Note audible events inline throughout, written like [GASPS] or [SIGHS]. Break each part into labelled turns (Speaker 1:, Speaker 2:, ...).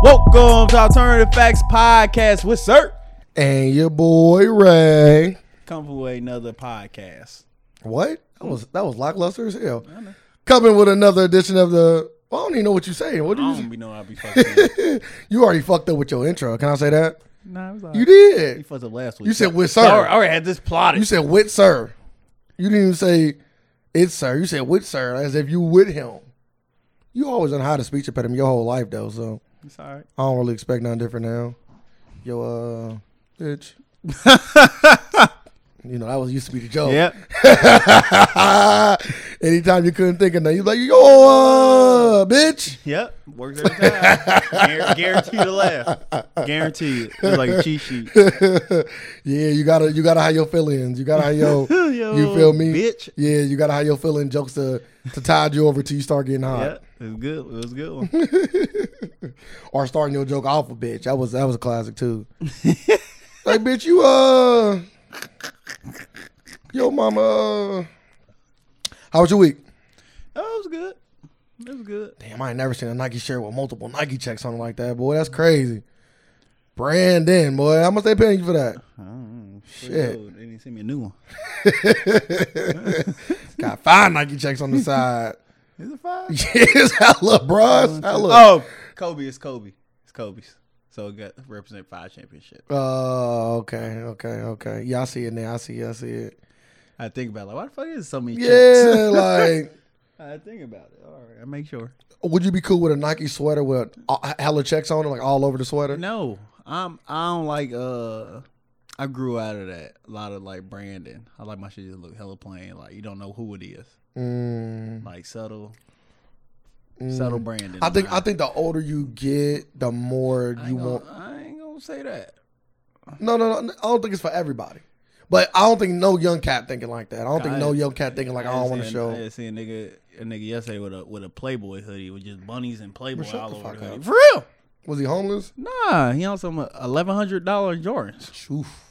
Speaker 1: Welcome to Alternative Facts Podcast with Sir.
Speaker 2: And your boy Ray.
Speaker 1: Coming with another podcast.
Speaker 2: What? That was that was lackluster as hell. Coming with another edition of the. I don't even know what you're saying. What
Speaker 1: I
Speaker 2: did
Speaker 1: don't be know I be fucking. up.
Speaker 2: you? you already fucked up with your intro. Can I say that?
Speaker 1: [LAUGHS] nah, it was
Speaker 2: You
Speaker 1: alright. You
Speaker 2: did.
Speaker 1: fucked up last week.
Speaker 2: You said with
Speaker 1: I already, I
Speaker 2: sir.
Speaker 1: already had this plotted.
Speaker 2: You said with sir. You didn't even say it's sir. You said with sir as if you with him. You always on how to speech impediment your whole life though, so
Speaker 1: it's all right.
Speaker 2: I don't really expect nothing different now. Yo, uh,
Speaker 1: [LAUGHS]
Speaker 2: bitch. you know that was used to be the joke.
Speaker 1: Yep.
Speaker 2: [LAUGHS] Anytime you couldn't think of nothing, you like, yo, uh, bitch. [LAUGHS]
Speaker 1: Yep. Works every time. Guar- Guaranteed to laugh. Guaranteed. It's like a cheat
Speaker 2: [LAUGHS]
Speaker 1: sheet.
Speaker 2: yeah, you gotta you gotta have your feelings. You gotta have your
Speaker 1: [LAUGHS] Yo,
Speaker 2: you feel me?
Speaker 1: bitch.
Speaker 2: Yeah, you gotta have your feeling jokes to to tide you over till you start getting hot.
Speaker 1: Yep. It was good. It was a good
Speaker 2: [LAUGHS]
Speaker 1: one.
Speaker 2: Or starting your joke off a bitch. That was that was a
Speaker 1: [LAUGHS]
Speaker 2: classic too. like bitch, you uh yo mama uh, How was your week?
Speaker 1: Oh, it was good. It was good.
Speaker 2: Damn, I ain't never seen a Nike shirt with multiple Nike checks on it like that, boy. That's crazy. Brandon, boy, how much they paying you for that?
Speaker 1: I don't know. Pretty
Speaker 2: Shit.
Speaker 1: good. They didn't send me a new one.
Speaker 2: Got
Speaker 1: [LAUGHS]
Speaker 2: five Nike checks on the side. [LAUGHS]
Speaker 1: Is it five?
Speaker 2: yes, hella, bros. Hella.
Speaker 1: Oh, Kobe is Kobe. It's Kobe's. So it got represent five championship.
Speaker 2: Oh, okay, okay, okay. Yeah, I see it now. I see it. I see it.
Speaker 1: I think about it, like why the fuck is so many checks? [LAUGHS]
Speaker 2: Yeah, like,
Speaker 1: I think about it. All right, I make sure.
Speaker 2: would you be cool with a Nike sweater with a- hella checks on it, like all over the sweater?
Speaker 1: No, I'm. I don't like. Uh, I grew out of that. A lot of like branding. I like my shit just look hella plain. Like you don't know who it is.
Speaker 2: Mm,
Speaker 1: Like subtle,
Speaker 2: mm.
Speaker 1: subtle branding.
Speaker 2: I think I think the older you get, the more
Speaker 1: I
Speaker 2: you
Speaker 1: ain't,
Speaker 2: want.
Speaker 1: gonna, I ain't gonna say that.
Speaker 2: No, no, no. I don't think it's for everybody. But I don't think no young cat thinking like that. I don't think no young cat thinking like I
Speaker 1: just
Speaker 2: don't want to
Speaker 1: seen-
Speaker 2: show.
Speaker 1: I just seen a nigga, a nigga yesterday with a with a Playboy hoodie with just bunnies and Playboy
Speaker 2: shut
Speaker 1: all
Speaker 2: the
Speaker 1: over
Speaker 2: fuck
Speaker 1: the hoodie.
Speaker 2: up.
Speaker 1: For real.
Speaker 2: Was he homeless?
Speaker 1: Nah, he on some uh, eleven hundred dollar Jordans.
Speaker 2: Oof.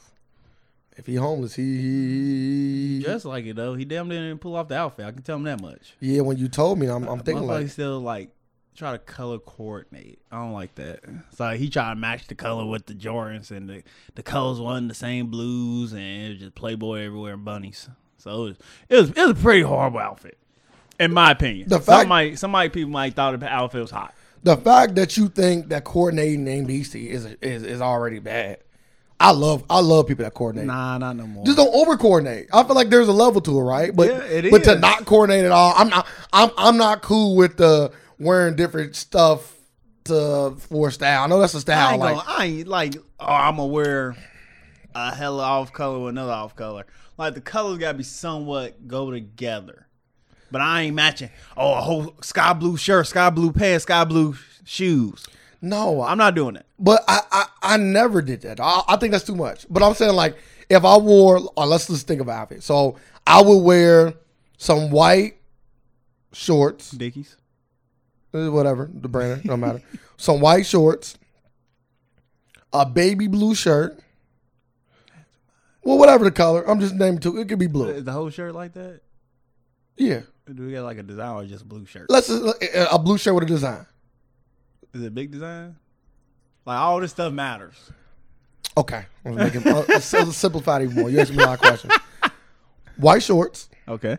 Speaker 2: If he homeless, he, he, he-
Speaker 1: Just like it though, he damn near didn't pull off the outfit. I can tell him that much.
Speaker 2: yeah. When you told me, I'm, I'm thinking
Speaker 1: Motherfucker
Speaker 2: like,
Speaker 1: still like try to color coordinate. I don't like that. It's like he tried to match the color with the Jordans, and the the colors wasn't the same blues, and it was just Playboy everywhere and bunnies. So it was it was, it was a pretty horrible outfit, in my opinion.
Speaker 2: The fact-
Speaker 1: somebody somebody people might thought the outfit was hot.
Speaker 2: the fact that you think that coordinating ABC is is is already bad. I love I love people that coordinate.
Speaker 1: Nah, not no more.
Speaker 2: Just don't over coordinate. I feel like there's a level to it, right? But
Speaker 1: Yeah, it
Speaker 2: but to
Speaker 1: is.
Speaker 2: not coordinate at all, I'm not I'm I'm not cool with the wearing different stuff to for style. I know that's a
Speaker 1: I
Speaker 2: style.
Speaker 1: ain't,
Speaker 2: like
Speaker 1: gonna, I ain't like, oh, I'm gonna wear a hella off color with another off color. Like the colors gotta be somewhat go together. But I ain't matching. Oh, a whole sky blue shirt, sky blue pants, sky blue shoes.
Speaker 2: no,
Speaker 1: I'm not doing it.
Speaker 2: But I, I, I never did that. I, I think that's too much. But I'm saying like if I wore, or let's just think about it. So I would wear some white shorts,
Speaker 1: Dickies.
Speaker 2: eh, whatever the brand, no matter. some white shorts, a baby blue shirt. Well, whatever the color, I'm just naming two. It could be blue.
Speaker 1: Is the whole shirt like that?
Speaker 2: Yeah,
Speaker 1: Or do we got like a design or just blue shirt?
Speaker 2: let's just, eh, a blue shirt with a design.
Speaker 1: Is it big design? Like all this stuff matters.
Speaker 2: Okay, I'm gonna make it, uh, let's simplify it even more. You asked me a lot of questions. White shorts,
Speaker 1: Okay.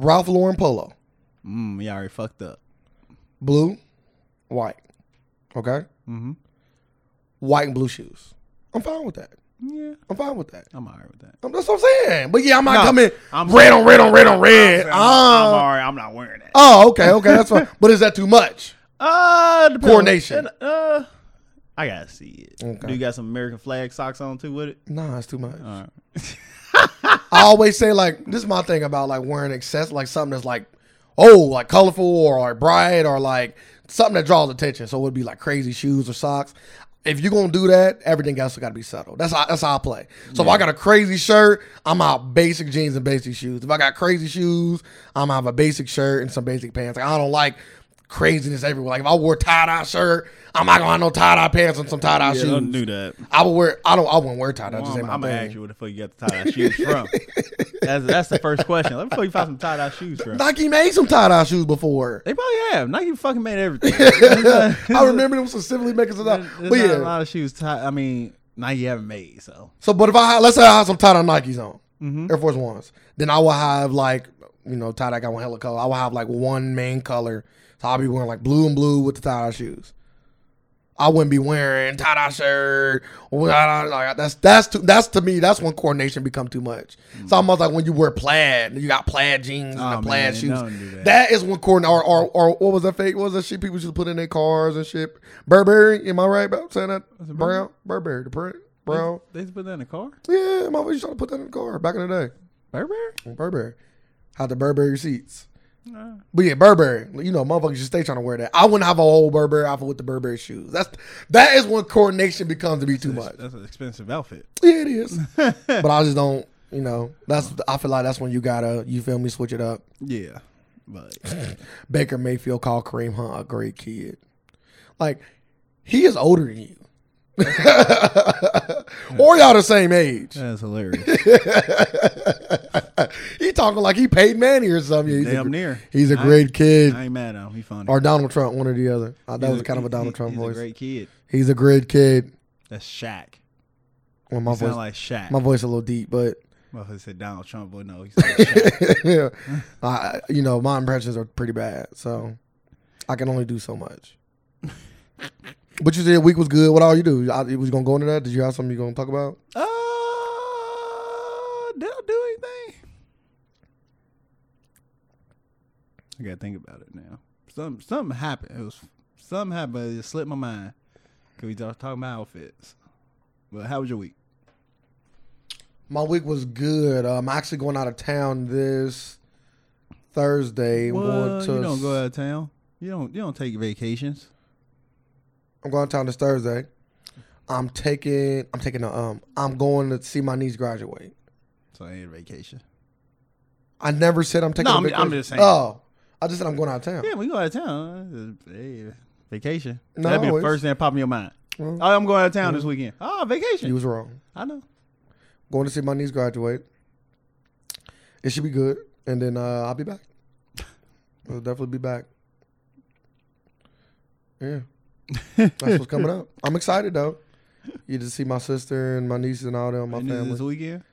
Speaker 2: Ralph Lauren polo.
Speaker 1: Mm, you already fucked up.
Speaker 2: blue, white. Okay?
Speaker 1: Mm-hmm.
Speaker 2: White and blue shoes. I'm fine with that.
Speaker 1: Yeah.
Speaker 2: I'm fine with that.
Speaker 1: I'm alright with that.
Speaker 2: Um, That's what I'm saying. But yeah, I'm not
Speaker 1: No,
Speaker 2: coming
Speaker 1: I'm-
Speaker 2: red on red on red on red.
Speaker 1: I'm, I'm
Speaker 2: Ah.
Speaker 1: alright. I'm not wearing that.
Speaker 2: Oh, okay, okay, that's fine. But is that too much?
Speaker 1: Uh, depends.
Speaker 2: Coronation.
Speaker 1: And, Uh, I gotta see it.
Speaker 2: Okay.
Speaker 1: Do you got some American flag socks on too with it?
Speaker 2: Nah, it's too much.
Speaker 1: All right.
Speaker 2: I always say like this is my thing about like wearing excess like something that's like oh like colorful or, or bright or like something that draws attention. So it would be like crazy shoes or socks. If you're gonna do that, everything else got to be subtle. That's how that's how I play. So if I got a crazy shirt, I'm out basic jeans and basic shoes. If I got crazy shoes, I'm out a basic shirt and some basic pants. Like I don't like craziness everywhere. Like if I wore tie dye shirt, I'm not gonna have no tie dye pants and some tie dye
Speaker 1: Yeah,
Speaker 2: shoes.
Speaker 1: don't do that.
Speaker 2: I would wear. I don't. I wouldn't wear tie dye. Just ain't
Speaker 1: I'm,
Speaker 2: my
Speaker 1: I'm gonna
Speaker 2: thing.
Speaker 1: ask you where the fuck you got the tie dye shoes from.
Speaker 2: [LAUGHS]
Speaker 1: That's that's the first question. Let me fuck you find some tie dye shoes
Speaker 2: [LAUGHS]
Speaker 1: from.
Speaker 2: Nike made some tie dye shoes before.
Speaker 1: They probably have. Nike fucking made everything.
Speaker 2: I remember them specifically making some.
Speaker 1: There's
Speaker 2: Tie-
Speaker 1: not
Speaker 2: but
Speaker 1: a
Speaker 2: yeah.
Speaker 1: lot of shoes. Tie- I mean, Nike haven't made so.
Speaker 2: So, but if I had- let's say I had some tie dye Nikes on,
Speaker 1: Mm-hmm.
Speaker 2: Air Force Ones, then I would have like you know tie dye got one hella color. I would have like one main color. So I'll be wearing like blue and blue with the tie dye shoes. I wouldn't be wearing tie dye shirt. or tie-dye, like, That's that's too, that's to me that's when coordination become too much. It's almost like when you wear plaid, you got plaid jeans and
Speaker 1: Mm. Oh,
Speaker 2: the plaid
Speaker 1: man,
Speaker 2: shoes.
Speaker 1: don't do that.
Speaker 2: that is when coordinate or, or or what was that fake? What was that shit people used to put in their cars and shit? Burberry, am I right about saying that? Brown Burberry, the print brown.
Speaker 1: They used to put that in the car.
Speaker 2: Yeah, my used to try to put that in the car back in the day.
Speaker 1: Burberry.
Speaker 2: From Burberry. Had the Burberry seats.
Speaker 1: Uh,
Speaker 2: But yeah, Burberry. You know, motherfuckers should stay trying to wear that. I wouldn't have a whole Burberry outfit with the Burberry shoes. That's that is when coordination becomes to be too much.
Speaker 1: that's an expensive outfit.
Speaker 2: Yeah, it is. but I just don't. You know, that's I feel like that's when you gotta. You feel me? Switch it up.
Speaker 1: Yeah,
Speaker 2: [LAUGHS]
Speaker 1: but
Speaker 2: Baker Mayfield called Kareem Hunt a great kid. Like he is older than you. [LAUGHS] or y'all the same age.
Speaker 1: that's hilarious.
Speaker 2: he talking like he paid Manny or something. He's
Speaker 1: Damn
Speaker 2: a,
Speaker 1: near.
Speaker 2: He's a
Speaker 1: I-
Speaker 2: great kid.
Speaker 1: I ain't mad at him. He funny.
Speaker 2: Or Donald Trump, one or the other. Uh, that
Speaker 1: He's
Speaker 2: was kind of
Speaker 1: he-
Speaker 2: a Donald
Speaker 1: he-
Speaker 2: Trump
Speaker 1: he's
Speaker 2: voice.
Speaker 1: A great kid.
Speaker 2: he's a great kid.
Speaker 1: That's Shaq.
Speaker 2: Well, my
Speaker 1: He
Speaker 2: voice,
Speaker 1: sound like Shaq.
Speaker 2: my voice a little deep, but [LAUGHS]
Speaker 1: Motherfucker said Donald Trump, but no, he said Shaq.
Speaker 2: I, you know, my impressions are pretty bad, so I can only do so much.
Speaker 1: [LAUGHS]
Speaker 2: but you said week was good. What all you do? I, was you gonna go into that? Did you have something you gonna talk about?
Speaker 1: Uh, did I do anything? I gotta think about it now. Some something happened. It was something happened. But it just slipped my mind. Cause we talk, talking about outfits. But how was your week?
Speaker 2: My week was good. Uh, I'm actually going out of town this Thursday. I'm
Speaker 1: Well,
Speaker 2: going to
Speaker 1: you don't go out of town. You don't. You don't take vacations.
Speaker 2: I'm going to town this Thursday. I'm taking. I'm taking a. Um. I'm going to see my niece graduate.
Speaker 1: So I ain't vacation.
Speaker 2: I never said I'm taking.
Speaker 1: No,
Speaker 2: a
Speaker 1: I'm-
Speaker 2: vacation.
Speaker 1: I'm just saying.
Speaker 2: Oh, I just said I'm going out of town.
Speaker 1: Yeah, we go out of town. Uh, Hey, vacation.
Speaker 2: No,
Speaker 1: That'd be the
Speaker 2: it's-
Speaker 1: first thing that pop in your mind.
Speaker 2: Well,
Speaker 1: oh, I'm going out of town this weekend. Oh, vacation.
Speaker 2: You was wrong.
Speaker 1: I know.
Speaker 2: Going to see my niece graduate. It should be good, and then uh, I'll be back. I'll definitely be back. Yeah, that's what's coming up. I'm excited though. You just see my sister and my niece and all them, my
Speaker 1: And this is
Speaker 2: family.
Speaker 1: this weekend.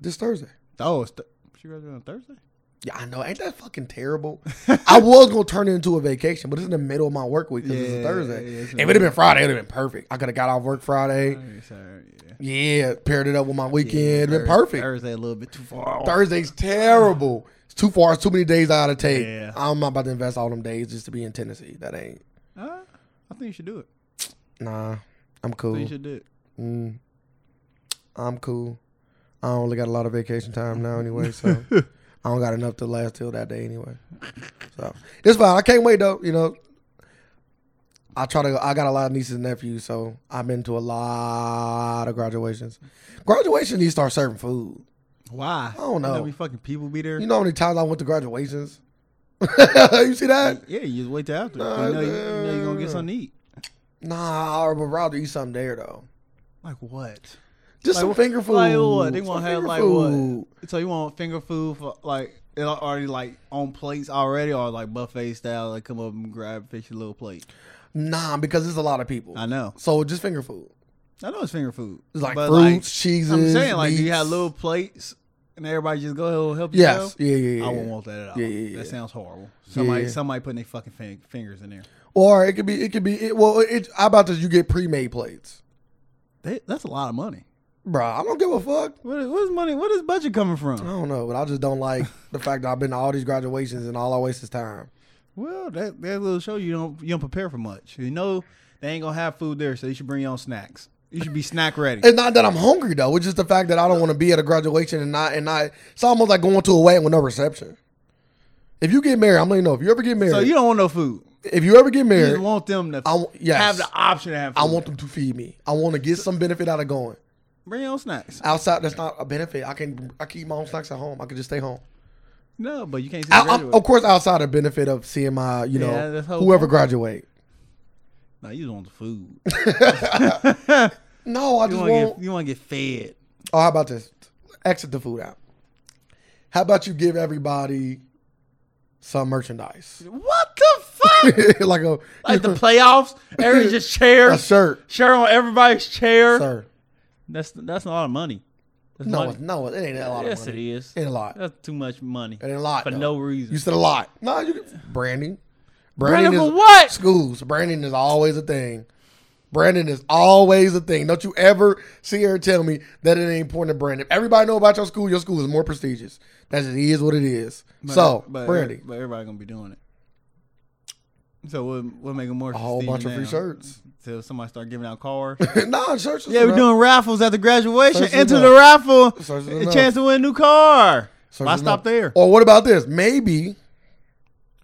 Speaker 2: This Thursday.
Speaker 1: Oh, it's th- she graduated on Thursday.
Speaker 2: Yeah, I know. Ain't that fucking terrible? I was gonna turn it into a vacation, but it's in the middle of my work week because
Speaker 1: Yeah,
Speaker 2: it's a Thursday.
Speaker 1: yeah, it's in
Speaker 2: if it had been Friday, it'd have been perfect. I could have got off work Friday.
Speaker 1: Sorry, sorry, yeah.
Speaker 2: Yeah, paired it up with my weekend. it'd been
Speaker 1: Thurs-
Speaker 2: perfect.
Speaker 1: Thursday a little bit too far. off.
Speaker 2: Thursday's terrible. It's too far. It's too many days I gotta take.
Speaker 1: Yeah.
Speaker 2: I'm not about to invest all them days just to be in Tennessee. That ain't.
Speaker 1: Uh, I think you should do it.
Speaker 2: Nah, I'm
Speaker 1: I think
Speaker 2: cool.
Speaker 1: you should do it.
Speaker 2: Mm, I'm cool. I only got a lot of vacation time now anyway, so
Speaker 1: [LAUGHS]
Speaker 2: I don't got enough to last till that day anyway. So it's fine. I can't wait though. You know, I try to. go- I got a lot of nieces and nephews, so I've been to a lot of graduations. Graduation, you start serving food.
Speaker 1: Why? I
Speaker 2: don't know.
Speaker 1: How many fucking people be there?
Speaker 2: You know how many times I went to graduations? [LAUGHS] you see that?
Speaker 1: yeah, you just wait till after.
Speaker 2: Nah,
Speaker 1: you, know, you, you know you're gonna get
Speaker 2: nah.
Speaker 1: something to eat.
Speaker 2: Nah, I would rather eat something there though.
Speaker 1: Like what?
Speaker 2: Just
Speaker 1: Like
Speaker 2: some
Speaker 1: what-
Speaker 2: finger food.
Speaker 1: Like what? They want
Speaker 2: Some
Speaker 1: to have
Speaker 2: finger
Speaker 1: like
Speaker 2: food.
Speaker 1: what? So you want finger food for like it already like on plates already or like buffet style? Like come up and grab fish your little plate.
Speaker 2: Nah, because there's a lot of people.
Speaker 1: I know.
Speaker 2: So just finger food.
Speaker 1: I know it's finger food.
Speaker 2: It's like
Speaker 1: But,
Speaker 2: fruits,
Speaker 1: Like,
Speaker 2: cheeses.
Speaker 1: I'm saying like you
Speaker 2: meats.
Speaker 1: have little plates and everybody just go help yourself.
Speaker 2: Yes. Yeah, yeah, yeah.
Speaker 1: I wouldn't want that at all.
Speaker 2: Yeah, yeah,
Speaker 1: That
Speaker 2: yeah.
Speaker 1: sounds horrible. Somebody,
Speaker 2: yeah.
Speaker 1: somebody putting their fucking fin- fingers in there.
Speaker 2: Or it could be it could be it, well it how about this you get pre made plates.
Speaker 1: They, that's a lot of money.
Speaker 2: Bruh, I don't give a fuck.
Speaker 1: What is, what is money? What is budget coming
Speaker 2: I
Speaker 1: from?
Speaker 2: don't know, but I just don't
Speaker 1: [LAUGHS]
Speaker 2: like the fact that I've been to all these graduations and all I waste is time.
Speaker 1: Well, that that little show you don't you don't prepare for much. You know they ain't gonna have food there, so you should bring your own snacks. You should be snack ready.
Speaker 2: It's not that I'm hungry though. It's just the fact that I don't want to be at a graduation and not and not. It's almost like going to a wedding with no reception. If you get married, I'm letting you know. If you ever get married,
Speaker 1: So you don't want no food.
Speaker 2: if you ever get
Speaker 1: You just
Speaker 2: married,
Speaker 1: want them to
Speaker 2: I w- yes.
Speaker 1: have the option to have. Food.
Speaker 2: I want them to feed me. I want to get some benefit out of going
Speaker 1: bring your own snacks.
Speaker 2: outside. That's not a benefit. I can I keep my own snacks at home. I can just stay home.
Speaker 1: No, but you can't see. the
Speaker 2: I, I'm-
Speaker 1: graduate.
Speaker 2: of course, outside the benefit of seeing my, you know,
Speaker 1: Yeah, that's whole
Speaker 2: whoever
Speaker 1: point.
Speaker 2: graduate.
Speaker 1: No, you just want the food.
Speaker 2: No, I
Speaker 1: You want
Speaker 2: just
Speaker 1: to
Speaker 2: want.
Speaker 1: get you want to get fed.
Speaker 2: Oh, how about this? Exit the food app. How about you give everybody some merchandise, [LAUGHS]
Speaker 1: What the fuck?
Speaker 2: like a
Speaker 1: like the playoffs, everybody's
Speaker 2: [LAUGHS]
Speaker 1: just
Speaker 2: a
Speaker 1: chairs,
Speaker 2: shirt,
Speaker 1: shirt on everybody's chair.
Speaker 2: sir.
Speaker 1: That's that's not a lot of money. That's
Speaker 2: No,
Speaker 1: money.
Speaker 2: it's- no, it ain't a lot
Speaker 1: yes,
Speaker 2: of money.
Speaker 1: it is.
Speaker 2: Ain't a lot.
Speaker 1: That's too much money
Speaker 2: It ain't a lot
Speaker 1: for
Speaker 2: though.
Speaker 1: no reason.
Speaker 2: You said a lot. No, you can, branding.
Speaker 1: Brandon,
Speaker 2: is,
Speaker 1: for what?
Speaker 2: schools. Brandon is always a thing. Brandon is always a thing. Don't you ever see her tell me that it ain't important to Brandon. If everybody know about your school, your school is more prestigious. That just is what it is. so,
Speaker 1: but,
Speaker 2: Brandon,
Speaker 1: but everybody gonna be doing it. So we'll we'll make it more
Speaker 2: a whole bunch
Speaker 1: prestigious
Speaker 2: of free
Speaker 1: now.
Speaker 2: shirts.
Speaker 1: Till somebody start giving out
Speaker 2: [LAUGHS]
Speaker 1: cars.
Speaker 2: [LAUGHS] nah, shirts. is
Speaker 1: yeah, we're
Speaker 2: enough.
Speaker 1: doing raffles at the graduation.
Speaker 2: Search is
Speaker 1: Enter the
Speaker 2: enough.
Speaker 1: raffle,
Speaker 2: Search is
Speaker 1: a
Speaker 2: enough.
Speaker 1: chance to win a new car.
Speaker 2: Search Oh,
Speaker 1: Why
Speaker 2: is
Speaker 1: stop
Speaker 2: enough.
Speaker 1: there?
Speaker 2: Or what about this? Maybe.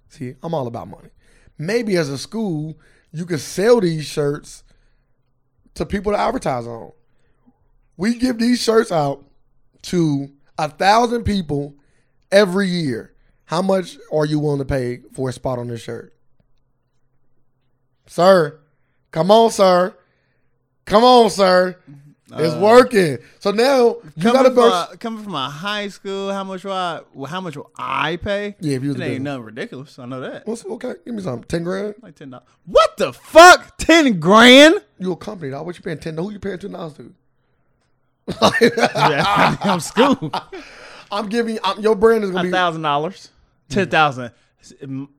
Speaker 2: See, I'm all about money. Maybe as a school, you could sell these shirts to people to advertise on. We give these shirts out to a thousand people every year. How much are you willing to pay for a spot on this shirt? Sir, come on, sir. Come on, sir. It's
Speaker 1: Uh,
Speaker 2: working. So now you got a
Speaker 1: Coming from,
Speaker 2: burst.
Speaker 1: a, coming from a high school, how much will I? Well, how much will I pay?
Speaker 2: Yeah, if you was
Speaker 1: it
Speaker 2: a
Speaker 1: ain't
Speaker 2: business.
Speaker 1: nothing ridiculous. I know that.
Speaker 2: What's okay? Give me something. Ten grand.
Speaker 1: Like ten dollars. What the fuck? Ten grand?
Speaker 2: You a company, dog. What you paying ten? Who you paying ten dollars to? [LAUGHS]
Speaker 1: Yeah, I'm school.
Speaker 2: I'm giving. I'm, your brand is gonna be.
Speaker 1: thousand dollars. Ten thousand.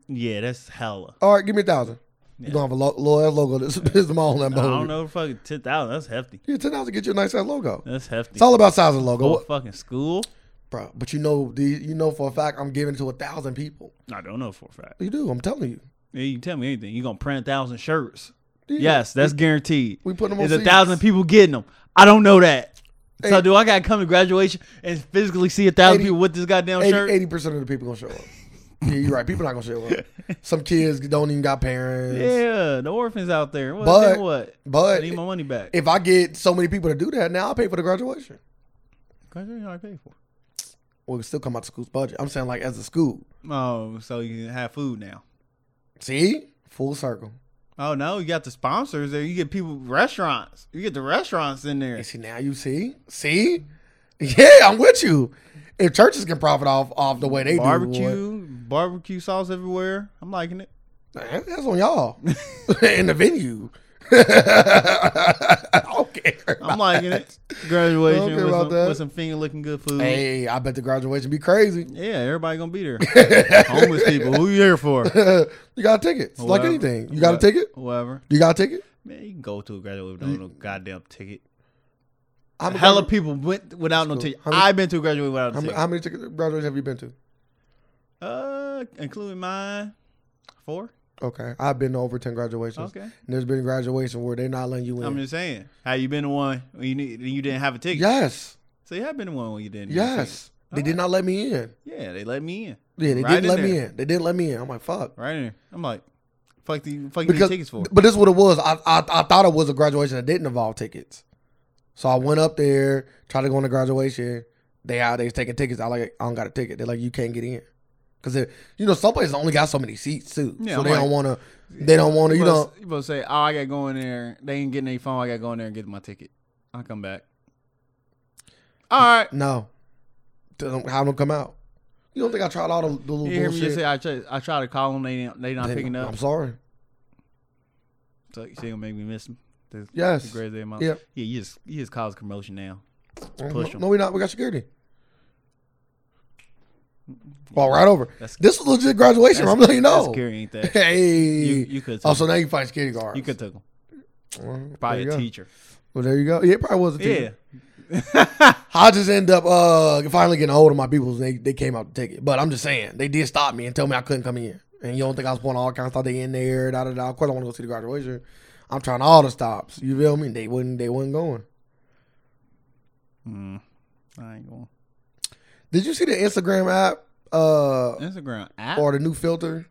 Speaker 1: Yeah, that's hella.
Speaker 2: All right, give me a thousand. You gonna have a lo- little ass logo. This is the mall on that
Speaker 1: I
Speaker 2: motherfucker.
Speaker 1: don't know, fucking ten thousand. That's hefty.
Speaker 2: Yeah, ten dollars to get you a nice ass logo.
Speaker 1: That's hefty.
Speaker 2: It's all about size of logo,
Speaker 1: Go
Speaker 2: What-
Speaker 1: to fucking school.
Speaker 2: bro. But you know, the, you know for a fact, I'm giving to a thousand people.
Speaker 1: I don't know for a fact.
Speaker 2: You do. I'm telling you.
Speaker 1: Yeah, You can tell me anything. You gonna print a thousand shirts?
Speaker 2: Yeah.
Speaker 1: Yes, that's guaranteed.
Speaker 2: we put 'em on
Speaker 1: There's a
Speaker 2: seats.
Speaker 1: thousand people getting them. I don't know that. So
Speaker 2: Hey.
Speaker 1: do I gotta come to graduation and physically see a thousand
Speaker 2: 80
Speaker 1: people with this goddamn shirt?
Speaker 2: 80 percent of the people gonna show up. yeah, you're right. People not gonna show
Speaker 1: [LAUGHS]
Speaker 2: up. Some kids don't even got parents.
Speaker 1: Yeah, the orphans out there. What?
Speaker 2: But-
Speaker 1: then what? I
Speaker 2: But
Speaker 1: need my money back.
Speaker 2: if I get so many people to do that, now I'll pay for the graduation.
Speaker 1: graduation already paid for.
Speaker 2: Well, it still come out the school's budget. I'm saying like as a school.
Speaker 1: Oh, so you can have food now.
Speaker 2: See, full circle.
Speaker 1: Oh no, you got the sponsors there. You get people restaurants. You get the restaurants in there.
Speaker 2: And see now you see, see, yeah, I'm with you. If churches can profit off off the way they do,
Speaker 1: Barbecue, barbecue sauce everywhere. I'm liking it.
Speaker 2: boy, that- that's
Speaker 1: [LAUGHS]
Speaker 2: on y'all in the venue. [LAUGHS] I don't care. [LAUGHS]
Speaker 1: I'm liking it. Graduation
Speaker 2: I don't care
Speaker 1: with,
Speaker 2: about
Speaker 1: some,
Speaker 2: that.
Speaker 1: with some finger looking good food.
Speaker 2: Hey, I bet the graduation be crazy.
Speaker 1: Yeah, everybody gonna
Speaker 2: [LAUGHS]
Speaker 1: be there. Homeless people. Who you here for?
Speaker 2: you got a ticket. It's like
Speaker 1: Whoever.
Speaker 2: anything. You got a ticket.
Speaker 1: Whatever.
Speaker 2: You got a ticket.
Speaker 1: Man, you can go to a graduation without no goddamn ticket.
Speaker 2: How many,
Speaker 1: Hella people went without no
Speaker 2: School.
Speaker 1: ticket.
Speaker 2: How many-
Speaker 1: I've been to a graduation without a
Speaker 2: how many,
Speaker 1: ticket.
Speaker 2: how many ticket graduations have you been to?
Speaker 1: Uh, including mine, four.
Speaker 2: Okay, I've been to over ten graduations.
Speaker 1: Okay.
Speaker 2: and there's been a graduation where they're not letting you in.
Speaker 1: I'm just saying. Have you been to one when you need, you didn't have a ticket?
Speaker 2: yes,
Speaker 1: So you have been to one when you didn't. need a ticket.
Speaker 2: yes, they did not let me in.
Speaker 1: Yeah, they let me in.
Speaker 2: Yeah, they
Speaker 1: Right
Speaker 2: didn't
Speaker 1: in
Speaker 2: let me
Speaker 1: there.
Speaker 2: in. They didn't let me in. I'm like, fuck.
Speaker 1: Right in there. I'm like, fuck the fuck you need
Speaker 2: Because,
Speaker 1: tickets for.
Speaker 2: but this is what it was. I, I I thought it was a graduation that didn't involve tickets. So I went up there, tried to go on the graduation. They out they was taking tickets. I like I don't got a ticket. They're like, you can't get in. Cause it, you know, some places only got so many seats too.
Speaker 1: Yeah,
Speaker 2: so
Speaker 1: I'm
Speaker 2: they
Speaker 1: like-
Speaker 2: don't wanna they don't wanna, you know.
Speaker 1: supposed- you supposed to say, oh, I gotta go in there. They ain't getting their phone. I gotta go in there and get my ticket. I'll come back. All right.
Speaker 2: No. Don't have them come out. You don't think I tried all the, the little
Speaker 1: You hear me?
Speaker 2: bullshit?
Speaker 1: Just say I try. I try to call them. They didn't- they not
Speaker 2: Then
Speaker 1: picking up.
Speaker 2: I'm sorry.
Speaker 1: So she gonna make me miss them. The,
Speaker 2: Yes.
Speaker 1: the greatest day of my
Speaker 2: Yeah.
Speaker 1: Yeah. You just you just cause commotion now.
Speaker 2: No,
Speaker 1: 'em.
Speaker 2: Mm-hmm. no, we not. We got security. Well, right over.
Speaker 1: Mm-hmm. That's-
Speaker 2: this is legit graduation. I'm letting you
Speaker 1: That
Speaker 2: know.
Speaker 1: Security ain't that.
Speaker 2: Hey.
Speaker 1: You you could.
Speaker 2: oh, so now you find security guards.
Speaker 1: you could took them.
Speaker 2: Mm,
Speaker 1: Probably
Speaker 2: there you
Speaker 1: a
Speaker 2: go.
Speaker 1: teacher.
Speaker 2: Well, there you go. Yeah, it probably was a teacher.
Speaker 1: Yeah.
Speaker 2: [LAUGHS] I just end up uh finally getting a hold of my people. They they came out to take it, but I'm just saying they did stop me and tell me I couldn't come in. And you don't think I was pulling all kinds of stuff? They in there, da da da. Of course, I want to go see the graduation. I'm trying all the stops. You feel me? They wouldn't. They wasn't going.
Speaker 1: Mm, I ain't going.
Speaker 2: Did you see the Instagram app? Uh,
Speaker 1: Instagram app.
Speaker 2: or the new filter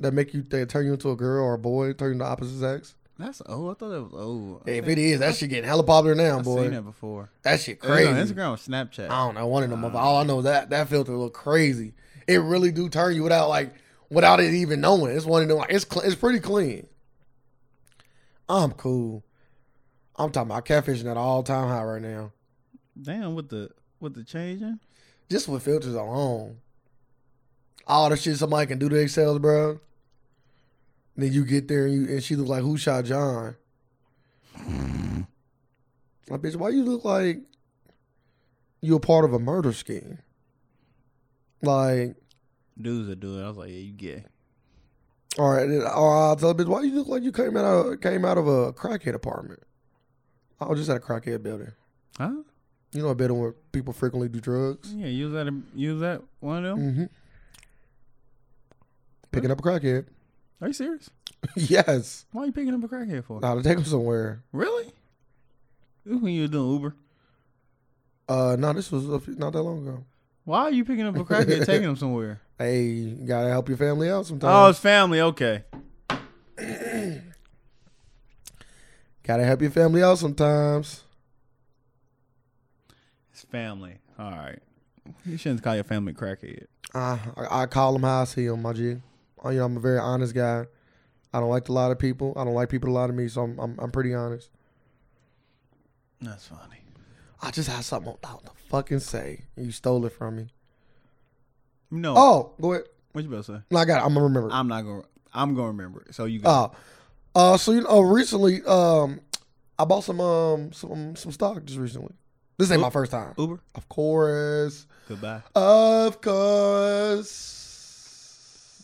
Speaker 2: that make you they turn you into a girl or a boy, turn you into opposite sex.
Speaker 1: That's oh, I thought that was oh. I
Speaker 2: If
Speaker 1: think
Speaker 2: it is, that shit getting hella popular now,
Speaker 1: I've
Speaker 2: boy.
Speaker 1: seen that before.
Speaker 2: That shit
Speaker 1: It was
Speaker 2: crazy. Um,
Speaker 1: on Instagram or Snapchat.
Speaker 2: I don't know one of them. mother- all I know is that that filter look crazy. it really do turn you without like without it even knowing. It's one of them. Like, it's cl- it's pretty clean. I'm cool. I'm talking about catfishing at all time high right now,
Speaker 1: Damn, with the with the changing.
Speaker 2: just with filters alone. All the shit somebody can do to themselves, bro. Then you get there and, you, and she look like who shot John. Like, bitch, why you look like you're part of a murder scheme? Like,
Speaker 1: Dudes that do it. I was like, yeah, you gay.
Speaker 2: All right, then, or I'll tell the bitch, why you look like you came out of came out of a crackhead apartment? I was just at a crackhead building.
Speaker 1: Huh?
Speaker 2: You know, a building where people frequently do drugs.
Speaker 1: Yeah, use that. Use that one of them.
Speaker 2: Mm-hmm. Picking up a crackhead.
Speaker 1: Are you serious?
Speaker 2: yes,
Speaker 1: Why are you picking up a crackhead for?
Speaker 2: now to take them somewhere.
Speaker 1: Really? This is When you were doing Uber,
Speaker 2: Uh, no, this was a few, not that long ago.
Speaker 1: why are you picking up a crackhead,
Speaker 2: [LAUGHS]
Speaker 1: taking him somewhere?
Speaker 2: Hey, you gotta help your family out
Speaker 1: Oh,
Speaker 2: sometimes.
Speaker 1: it's family. Okay.
Speaker 2: gotta help your family out sometimes.
Speaker 1: It's family. All right. You shouldn't call your family crackhead.
Speaker 2: I, I I call them how I see them, my G. Oh, you know, I'm a very honest guy. I don't like a lot of people. I don't like people to lie to me, so I'm I'm, I'm pretty honest.
Speaker 1: That's funny.
Speaker 2: I just had something I want to fucking say. You stole it from me.
Speaker 1: No.
Speaker 2: Oh, go ahead.
Speaker 1: What you about to say?
Speaker 2: No, I got it. I'm gonna remember.
Speaker 1: I'm not gonna. I'm gonna remember it. So you go.
Speaker 2: Uh, uh, so you know, recently, um, I bought some um some some stock just recently. This ain't my first time.
Speaker 1: Uber.
Speaker 2: Of course,
Speaker 1: Goodbye.
Speaker 2: of course.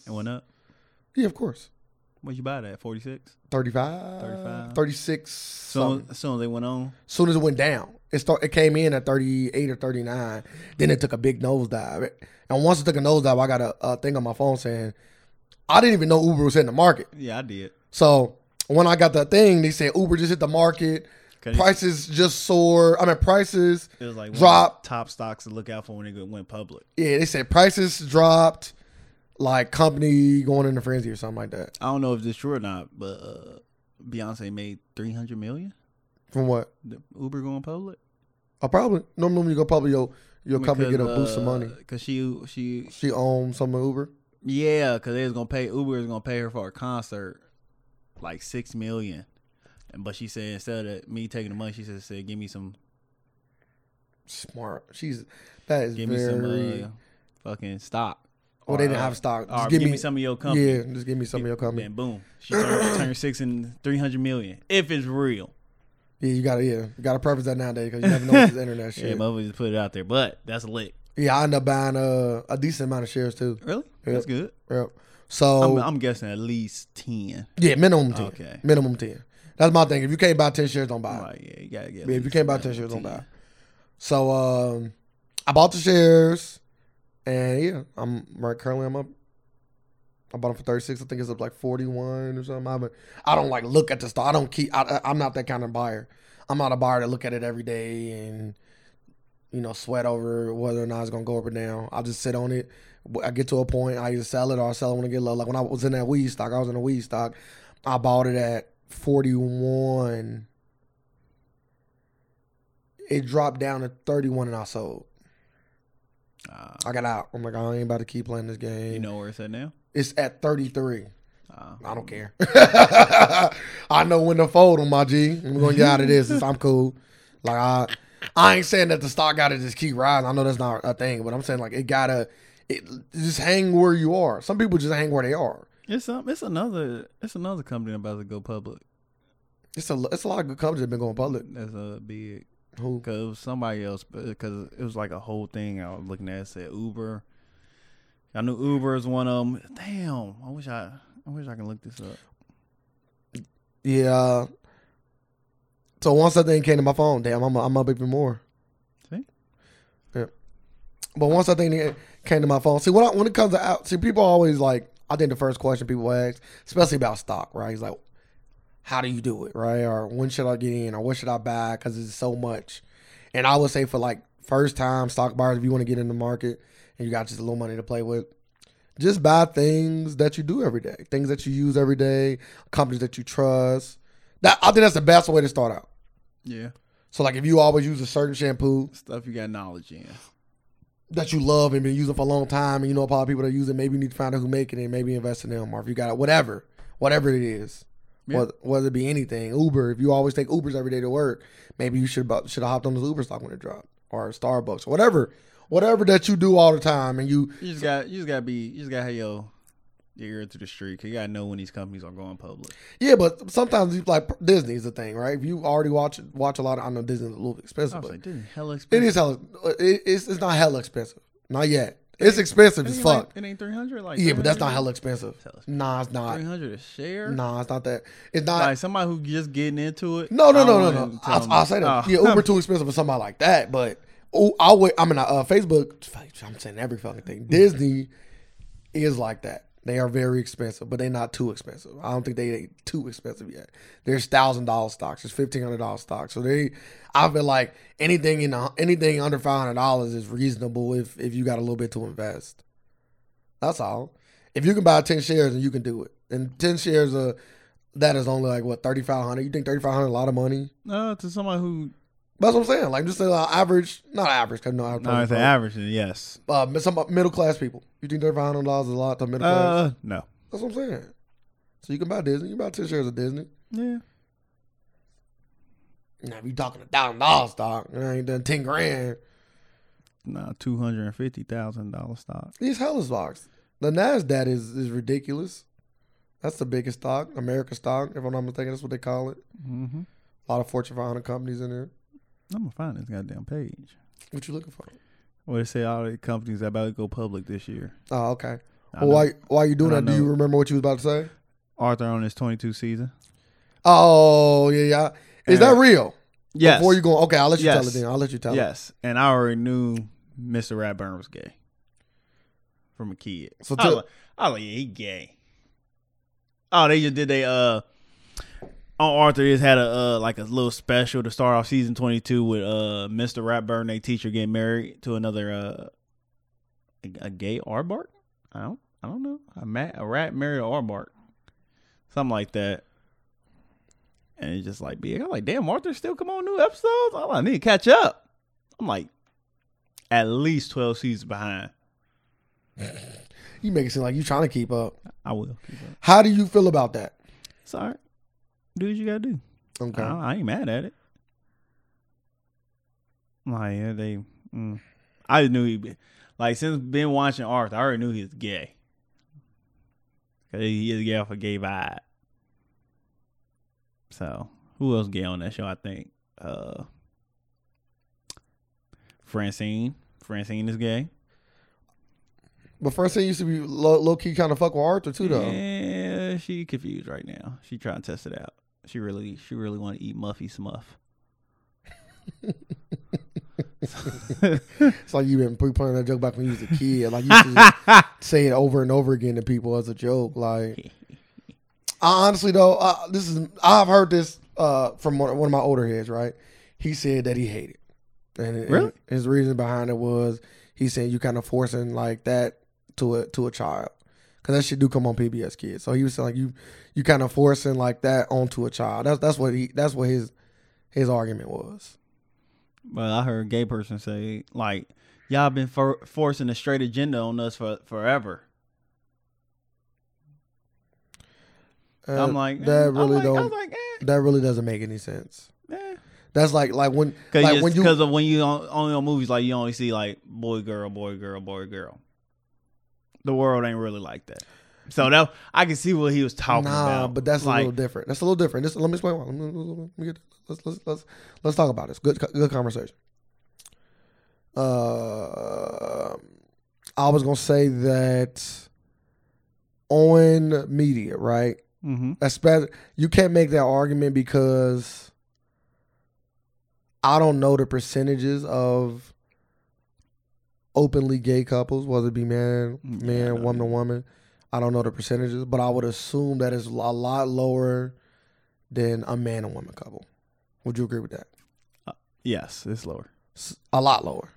Speaker 1: It went up.
Speaker 2: Yeah, of course.
Speaker 1: What you buy that? Forty six.
Speaker 2: 35,
Speaker 1: 35.
Speaker 2: 36.
Speaker 1: So
Speaker 2: something.
Speaker 1: as soon as they went on,
Speaker 2: As soon as it went down, it start, it came in at 38 or 39. Then it took a big nosedive. And once it took a nosedive, I got a, a thing on my phone saying, I didn't even know Uber was hitting the market.
Speaker 1: yeah, I did.
Speaker 2: So when I got that thing, they said Uber just hit the market.
Speaker 1: 'Cause
Speaker 2: Prices just soared. I mean, prices,
Speaker 1: It was like one of
Speaker 2: Drop.
Speaker 1: the top stocks to look out for when it go- went public.
Speaker 2: yeah, they said prices dropped, like company going into frenzy or something like that.
Speaker 1: I don't know if this true or not, but uh, Beyonce made three hundred million.
Speaker 2: From what?
Speaker 1: The Uber going public.
Speaker 2: I probably, normally when you go public, your, your company get a boost of money.
Speaker 1: Because uh, 'cause she she
Speaker 2: She owns some of Uber.
Speaker 1: Yeah, because they was gonna pay Uber was gonna pay her for a concert, like six million, and but she said instead of me taking the money, she said, said give me some,
Speaker 2: Smart. She's, that is
Speaker 1: give me
Speaker 2: very,
Speaker 1: some uh, fucking stock.
Speaker 2: well, they didn't
Speaker 1: Or, uh,
Speaker 2: have stock.
Speaker 1: Or
Speaker 2: Just
Speaker 1: give, me, some of your company.
Speaker 2: Yeah, just give me some of your company.
Speaker 1: And boom, she [COUGHS] turned, turned six and three hundred million. If it's real,
Speaker 2: Yeah, you gotta, yeah, you gotta preface that nowadays because you never know with this internet
Speaker 1: yeah,
Speaker 2: shit. Yeah,
Speaker 1: motherfuckers just put it out there. But that's lit.
Speaker 2: I end up buying uh, a decent amount of shares too.
Speaker 1: Really, that's good.
Speaker 2: Yep. Oh. So
Speaker 1: I'm, I'm guessing at least ten.
Speaker 2: Yeah, minimum ten.
Speaker 1: Okay.
Speaker 2: Minimum ten. That's my thing. If you can't buy ten shares, don't buy.
Speaker 1: I'm
Speaker 2: it.
Speaker 1: like, yeah, you gotta get. at
Speaker 2: Yeah, if you
Speaker 1: least
Speaker 2: can't buy ten
Speaker 1: another
Speaker 2: shares, don't buy. it. So um, I bought the shares, and yeah, I'm right currently I'm up. I bought them for thirty six. I think it's up like forty one or something. I haven't- I don't like look at the stock. I don't keep. I, I- I'm not that kind of buyer. I'm not a buyer to look at it every day and you know sweat over whether or not it's gonna go up or down. I just sit on it. I get to a point. I either sell it or I sell it when I get low. Like when I was in that weed stock, I was in a weed stock. I bought it at forty one it dropped down to 31 and I sold.
Speaker 1: Ah,
Speaker 2: I got out. I'm like, I ain't about to keep playing this game.
Speaker 1: you know where it's at now.
Speaker 2: It's at 33.
Speaker 1: Ah.
Speaker 2: I don't care. [LAUGHS] I know when to fold on my G. I'm going to get out of this. It's- I'm cool. Like, I I ain't saying that the stock got to just keep rising. I know that's not a thing, but I'm saying, like, it got to it just hang where you are. Some people just hang where they are.
Speaker 1: It's um, it's another it's another company about to go public.
Speaker 2: It's a, it's a lot of good companies that been going public.
Speaker 1: That's a big
Speaker 2: Who?
Speaker 1: because somebody else because it was like a whole thing I was looking at it said Uber. I knew Uber is one of them. Damn, I wish I I wish I can look this up.
Speaker 2: Yeah. So once that thing came to my phone, damn, I'm, I'm up even more.
Speaker 1: See,
Speaker 2: But once I think it came to my phone, see when I, when it comes to out, see people always like I think the first question people ask, especially about stock, right? He's like, "How do you do it, right? Or when should I get in? Or what should I buy? Because it's so much." And I would say for like first time stock buyers, if you want to get in the market and you got just a little money to play with, just buy things that you do every day, things that you use every day, companies that you trust. That I think that's the best way to start out.
Speaker 1: yeah,
Speaker 2: So like if you always use a certain shampoo,
Speaker 1: stuff you got knowledge in.
Speaker 2: that you love and been using for a long time, and you know a lot of people that use it. Maybe you need to find out who making it, and maybe invest in them, or if you got it, whatever, whatever it is,
Speaker 1: Yeah.
Speaker 2: whether, whether it be anything, Uber. If you always take Ubers every day to work, maybe you should should have hopped on this Uber stock when it dropped, or Starbucks, or whatever, whatever that you do all the time, and you
Speaker 1: You just got you just gotta be you just gotta have your your ear to the street. 'cause You gotta know when these companies are going public.
Speaker 2: Yeah, but sometimes you like Disney is the thing, right? If you already watch watch a lot of, I know Disney's a little
Speaker 1: I
Speaker 2: expensive,
Speaker 1: was
Speaker 2: but
Speaker 1: like, dude, hell
Speaker 2: it
Speaker 1: expensive.
Speaker 2: is hella. uh, It, it's it's not hella expensive, not yet. It's expensive as
Speaker 1: ain't
Speaker 2: fuck.
Speaker 1: Like, it ain't three hundred. Like
Speaker 2: yeah, but
Speaker 1: [LAUGHS]
Speaker 2: that's not
Speaker 1: hell.
Speaker 2: hella expensive.
Speaker 1: Hella expensive.
Speaker 2: Nah, it's not.
Speaker 1: Three hundred a share.
Speaker 2: Nah, it's not that. It's not.
Speaker 1: Like somebody who just getting into it.
Speaker 2: no, no,
Speaker 1: I
Speaker 2: no, no,
Speaker 1: wouldn't
Speaker 2: no.
Speaker 1: tell
Speaker 2: I'll,
Speaker 1: them,
Speaker 2: I'll say that.
Speaker 1: "Oh,
Speaker 2: yeah,
Speaker 1: [LAUGHS]
Speaker 2: Uber too expensive for somebody like that, but oh, I'll wait. I mean, uh, uh, Facebook. I'm saying every
Speaker 1: [LAUGHS]
Speaker 2: fucking thing. Disney is like that. They are very expensive, but they're not too expensive. I don't think they they too expensive yet. There's thousand dollar stocks. There's fifteen hundred dollar stocks. So they, I feel like anything in the, anything under five hundred dollars is reasonable if if you got a little bit to invest. That's all. If you can buy ten shares and you can do it, and ten shares of that is only like what thirty five hundred. You think thirty five hundred a lot of money?
Speaker 1: No, Uh, to somebody who
Speaker 2: That's what I'm saying. Like just an average, not average, 'cause no, average,
Speaker 1: no, it's an average. then Yes.
Speaker 2: uh, some middle class people. You think thirty five hundred dollars is a lot to middle class?
Speaker 1: Uh, no.
Speaker 2: That's what I'm saying. So you can buy Disney. You can buy ten shares of Disney.
Speaker 1: Yeah.
Speaker 2: Now if you talking a thousand dollars stock, you know, you done ten grand.
Speaker 1: Nah, two hundred and fifty thousand dollar stock.
Speaker 2: These hella stocks. The Nasdaq is is ridiculous. That's the biggest stock, America stock. If I'm not mistaken, that's what they call it.
Speaker 1: Mm-hmm.
Speaker 2: A lot of Fortune 500 companies in there.
Speaker 1: I'm gonna find this goddamn page.
Speaker 2: What you looking for?
Speaker 1: Where they say all the companies that about to go public this year.
Speaker 2: Oh, okay.
Speaker 1: I know
Speaker 2: Well, why why you doing
Speaker 1: I
Speaker 2: that? Do you
Speaker 1: know.
Speaker 2: remember what you was about to say?
Speaker 1: Arthur on his 22 season.
Speaker 2: Oh yeah, yeah. Is
Speaker 1: Yeah.
Speaker 2: that real?
Speaker 1: Yes.
Speaker 2: Before you go, okay, I'll let you tell it
Speaker 1: Yes.
Speaker 2: then. I'll let you tell it.
Speaker 1: Yes, and I already knew Mr. Ratburn was gay from a kid. So
Speaker 2: So
Speaker 1: I,
Speaker 2: tell-
Speaker 1: was like, I was like, yeah, he gay. Oh, they just did they uh on Arthur just had a uh like a little special to start off season twenty two with uh Mr. Ratburn, they teacher getting married to another uh a, a gay Arbart. I don't I don't know a, ma- a rat married an Arbart, something like that. And it's just like big. I'm like, damn, Arthur still come on new episodes. I'm like, I need to catch up. I'm like, at least twelve seasons behind.
Speaker 2: You make it seem like you trying to keep up.
Speaker 1: I will. Keep up.
Speaker 2: How do you feel about that?
Speaker 1: It's all right. Do what you gotta do.
Speaker 2: Okay.
Speaker 1: I, I ain't mad at it. Like yeah, they, mm, I knew he be- like since been watching Arthur, I already knew he was gay. 'Cause he is gay off a gay vibe. So who else gay on that show? I think uh, Francine. Francine is gay.
Speaker 2: But first thing used to be low, low key kind of fuck with Arthur too, though.
Speaker 1: Yeah, she confused right now. She trying to test it out. She really, she really want to eat Muffy
Speaker 2: [LAUGHS]
Speaker 1: Smuff.
Speaker 2: It's like you've been pre playing that joke back when you was a kid.
Speaker 1: [LAUGHS]
Speaker 2: Like you used to just say it over and over again to people as a joke. Like, I honestly though, uh, this is I've heard this uh, from one, one of my older heads. Right, he said that he hated, and, and
Speaker 1: Really?
Speaker 2: his reason behind it was he said you kind of forcing like that to a to a child. Cause that shit do come on PBS Kids, so he was saying like you, you kind of forcing like that onto a child. That's that's what he that's what his his argument was.
Speaker 1: But I heard a gay person say, like, y'all been for- forcing a straight agenda on us for forever.
Speaker 2: Uh,
Speaker 1: I'm like, eh,
Speaker 2: that
Speaker 1: I'm
Speaker 2: really
Speaker 1: like- I
Speaker 2: don't.
Speaker 1: was like, eh,
Speaker 2: that really doesn't make any sense.
Speaker 1: eh.
Speaker 2: That's like like when
Speaker 1: Cause
Speaker 2: like
Speaker 1: you-
Speaker 2: when you
Speaker 1: 'cause of when you on, only on movies, like you only see like boy girl, boy girl, boy girl. The world ain't really like that. So that I can see what he was talking
Speaker 2: nah,
Speaker 1: about.
Speaker 2: but that's a
Speaker 1: like,
Speaker 2: little different. That's a little different. This, let me explain why. Let me, let me- let me get, let's let's let's let's talk about this. Good co- good conversation. Uh, I was gonna say that on media, right?
Speaker 1: hmm
Speaker 2: Especially, you can't make that argument because I don't know the percentages of openly gay couples, whether it be man,
Speaker 1: Mm, yeah, I
Speaker 2: man,
Speaker 1: know.
Speaker 2: woman to woman. I don't know the percentages, but I would assume that it's a lot lower than a man and woman couple. Would you agree with that?
Speaker 1: yes, it's lower.
Speaker 2: S- A lot lower.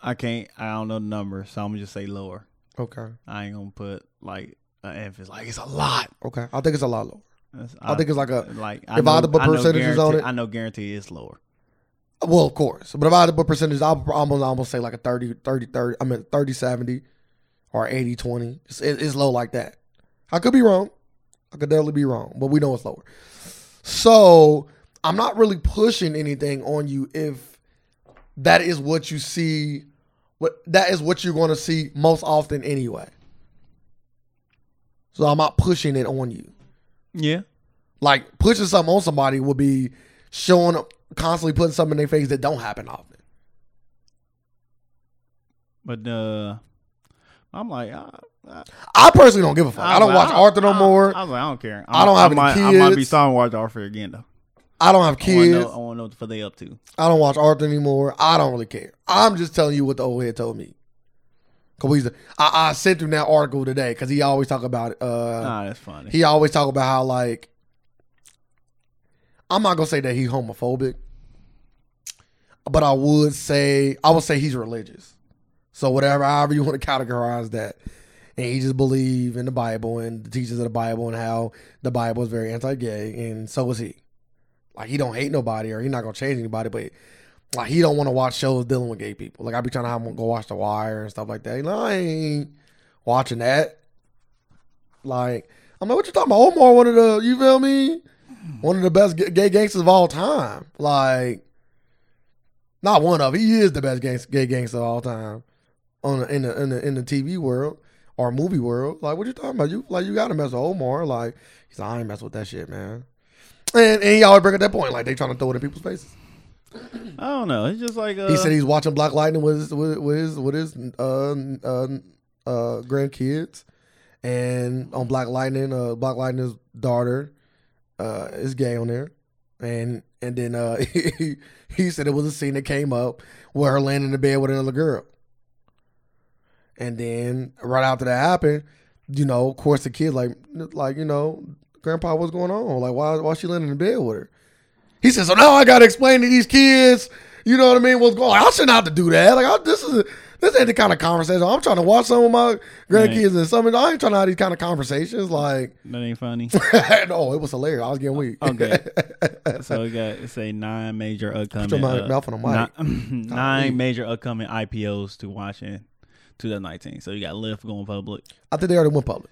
Speaker 1: I can't. I don't know the number, so I'm gonna just say lower.
Speaker 2: Okay.
Speaker 1: I ain't gonna put like an emphasis. Like it's a lot.
Speaker 2: Okay. I think it's a lot lower.
Speaker 1: That's-
Speaker 2: I, think it's like a
Speaker 1: like
Speaker 2: if I had to put
Speaker 1: know
Speaker 2: percentages on
Speaker 1: guarantee-
Speaker 2: it-
Speaker 1: I know guarantee it's lower.
Speaker 2: Well, of course. But about the percentage, I'll almost almost say like a 30, 30, 30 I mean 30, 70 or 80, 20. It's, it- it's low like that. I could be wrong. I could definitely be wrong, but we know it's lower. So I'm not really pushing anything on you if that is what you see. What that is what you're going to see most often anyway. So I'm not pushing it on you
Speaker 1: Yeah.
Speaker 2: like pushing something on somebody would be showing constantly putting something in their face that don't happen often.
Speaker 1: But uh, I'm like, I, I,
Speaker 2: I personally don't give a fuck. I don't
Speaker 1: I-
Speaker 2: watch
Speaker 1: I-
Speaker 2: Arthur no
Speaker 1: I-
Speaker 2: more.
Speaker 1: I, was like, I don't care.
Speaker 2: I don't have any
Speaker 1: might, I might be
Speaker 2: kids.
Speaker 1: starting to watch Arthur again though.
Speaker 2: I don't have
Speaker 1: I want to know.
Speaker 2: kids.
Speaker 1: I want to know what they up to.
Speaker 2: I don't watch Arthur anymore. I don't really care. I'm just telling you what the old head told me. Cause he's the, I, I sent him that article today because he always talk about it. Uh,
Speaker 1: Nah, that's funny.
Speaker 2: he always talk about how like I'm not gonna say that he's homophobic, but I would say I would say he's religious. So whatever, however you want to categorize that, and he just believe in the Bible and the teachings of the Bible and how the Bible is very anti-gay, and so is he. Like he don't hate nobody or he not gonna change anybody, but like he don't want to watch shows dealing with gay people. Like I be trying to have him go watch The Wire and stuff like that. No, I ain't watching that. Like I'm like, what you talking about? Omar, one of the you feel me, one of the best ga- gay gangsters of all time. Like, not one of he is the best gangs, gay gangster of all time on the, in the in the in the TV world or movie world. Like, what you talking about? You like you gotta mess with Omar. Like, he's like, I ain't mess with that shit, man. And and he always bring up that point, like they trying to throw it in people's faces.
Speaker 1: I don't know. It's just like uh,
Speaker 2: He said he's watching Black Lightning with his with, with his with his uh, uh, uh, grandkids, and on Black Lightning, uh, Black Lightning's daughter uh, is gay on there, and and then uh, [LAUGHS] he, he said it was a scene that came up where her laying in the bed with another girl, and then right after that happened, you know, of course the kids like like you know, Grandpa, what's going on? Like why why she laying in the bed with her? He said, so now I gotta explain to these kids, you know what I mean? What's going? on. I shouldn't have to do that. Like I, this is this ain't the kind of conversation I'm trying to watch some of my grandkids and some. of- I ain't trying to have these kind of conversations. Like [LAUGHS]
Speaker 1: that ain't funny.
Speaker 2: no, it was hilarious. I was getting weak.
Speaker 1: Okay.
Speaker 2: [LAUGHS]
Speaker 1: so we got it's a nine major upcoming uh,
Speaker 2: Put your mi- mouth on the mic.
Speaker 1: Nine, [LAUGHS]
Speaker 2: Golly.
Speaker 1: nine major upcoming IPOs to watch in 2019. So you got Lyft going public.
Speaker 2: I think they already went public.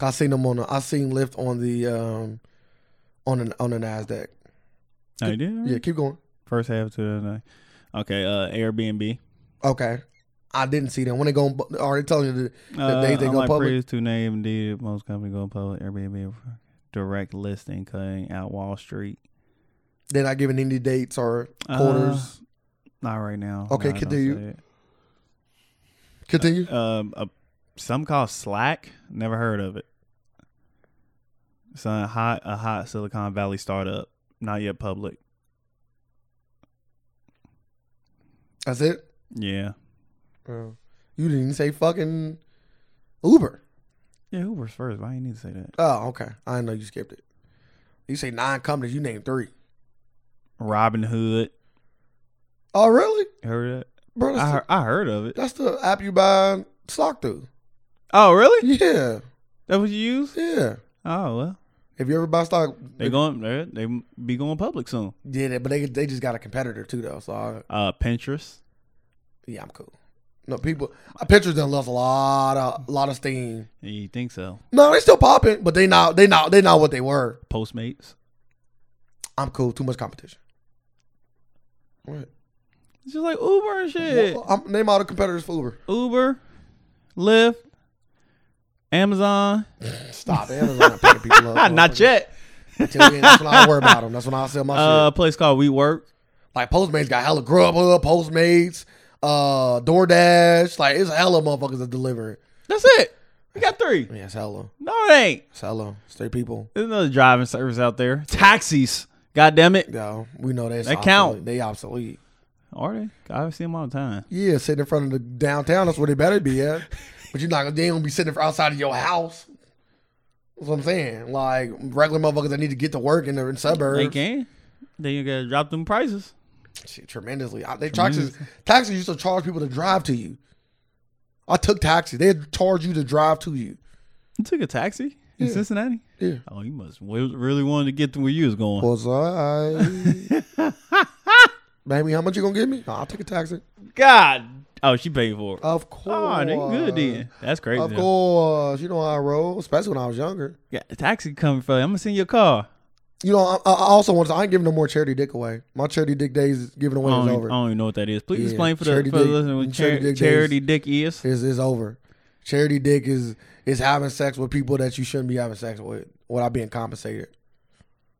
Speaker 2: I seen them on. The, I seen Lyft on the um on an on the Nasdaq.
Speaker 1: Oh, you did?
Speaker 2: Yeah, keep going.
Speaker 1: First half of 2019. Okay. Uh, Airbnb.
Speaker 2: Okay, I didn't see them when they go. Are they telling you? The,
Speaker 1: Uh,
Speaker 2: days they go
Speaker 1: unlike
Speaker 2: public?
Speaker 1: previous two named indeed, most companies going public. Airbnb direct listing cutting out Wall Street.
Speaker 2: they're not giving any dates or
Speaker 1: Uh,
Speaker 2: quarters.
Speaker 1: Not right now.
Speaker 2: Okay,
Speaker 1: No, don't
Speaker 2: continue.
Speaker 1: say it.
Speaker 2: Continue.
Speaker 1: um, a, some call Slack. Never heard of it. It's a hot, a hot Silicon Valley startup, not yet public.
Speaker 2: That's it.
Speaker 1: Yeah, uh,
Speaker 2: Oh. You didn't even say fucking Uber.
Speaker 1: yeah. Uber's first. Why you need to say that?
Speaker 2: Oh, okay. I didn't know you skipped it. You say nine companies. You named three.
Speaker 1: Robin Hood.
Speaker 2: Oh, really,
Speaker 1: Heard of it?
Speaker 2: bro? That's,
Speaker 1: I,
Speaker 2: the,
Speaker 1: heard, I heard of it.
Speaker 2: that's the app you buy stock through.
Speaker 1: Oh, really?
Speaker 2: Yeah,
Speaker 1: That was used?
Speaker 2: yeah.
Speaker 1: Oh well,
Speaker 2: If you ever buy stock,
Speaker 1: they going. They they be going public soon.
Speaker 2: Yeah, they- but they they just got a competitor too though. So I,
Speaker 1: Uh, Pinterest.
Speaker 2: yeah, I'm cool. No people, uh, Pinterest done lost a lot of lot of steam.
Speaker 1: You think so?
Speaker 2: No, they still popping, but they not they not they not what they were.
Speaker 1: Postmates.
Speaker 2: I'm cool. Too much competition. What?
Speaker 1: It's just like Uber and shit.
Speaker 2: Well, I'm, name all the competitors for Uber.
Speaker 1: Uber, Lyft, Amazon.
Speaker 2: Stop. Amazon not picking people up.
Speaker 1: Ah, [LAUGHS] Not yet.
Speaker 2: Until then, That's when I worry about them. That's when I sell my
Speaker 1: Uh, a
Speaker 2: shit.
Speaker 1: place called WeWork.
Speaker 2: Like Postmates got hella Grubhub, Postmates, uh, DoorDash. Like it's hella motherfuckers that deliver.
Speaker 1: That's it. We got three.
Speaker 2: Yeah, it's hella.
Speaker 1: No, it ain't.
Speaker 2: It's hella. It's three people.
Speaker 1: There's another driving service out there. Taxis. God damn it.
Speaker 2: No, we know that's
Speaker 1: That count.
Speaker 2: obsolete. They obsolete.
Speaker 1: Are they? I see them all the time.
Speaker 2: Yeah, sitting in front of the downtown. That's where they better be at. But you're not gonna. They ain't gonna be sitting outside of your house. That's what I'm saying. Like regular motherfuckers that need to get to work in the in suburbs.
Speaker 1: They can. Then you gotta drop them prices.
Speaker 2: Shit, tremendously. I, they
Speaker 1: Mm-hmm.
Speaker 2: taxis. Taxis used to charge people to drive to you. I took taxis. They charge you to drive to you.
Speaker 1: You took a taxi in Cincinnati.
Speaker 2: Yeah.
Speaker 1: Oh, you must w- really wanted to get to where you was going.
Speaker 2: Was I? Baby, how much you gonna give me? I'll take a taxi.
Speaker 1: God. Oh, she paid for it.
Speaker 2: Of course.
Speaker 1: oh, uh, they good then. That's crazy.
Speaker 2: Of
Speaker 1: though.
Speaker 2: course. You know how I roll, especially when I was younger.
Speaker 1: Yeah, the taxi coming for you. I'm gonna send you a car.
Speaker 2: You know, I, I also want to. I ain't giving no more charity dick away. My charity dick days is giving away
Speaker 1: I
Speaker 2: is
Speaker 1: Oh, don't, e-
Speaker 2: over.
Speaker 1: I don't even know what that is. Please
Speaker 2: Yeah,
Speaker 1: explain for the
Speaker 2: charity
Speaker 1: for the
Speaker 2: dick-
Speaker 1: listener what
Speaker 2: charity
Speaker 1: charity,
Speaker 2: dick days.
Speaker 1: charity dick is.
Speaker 2: It's, it's over. Charity dick is is having sex with people that you shouldn't be having sex with without being compensated.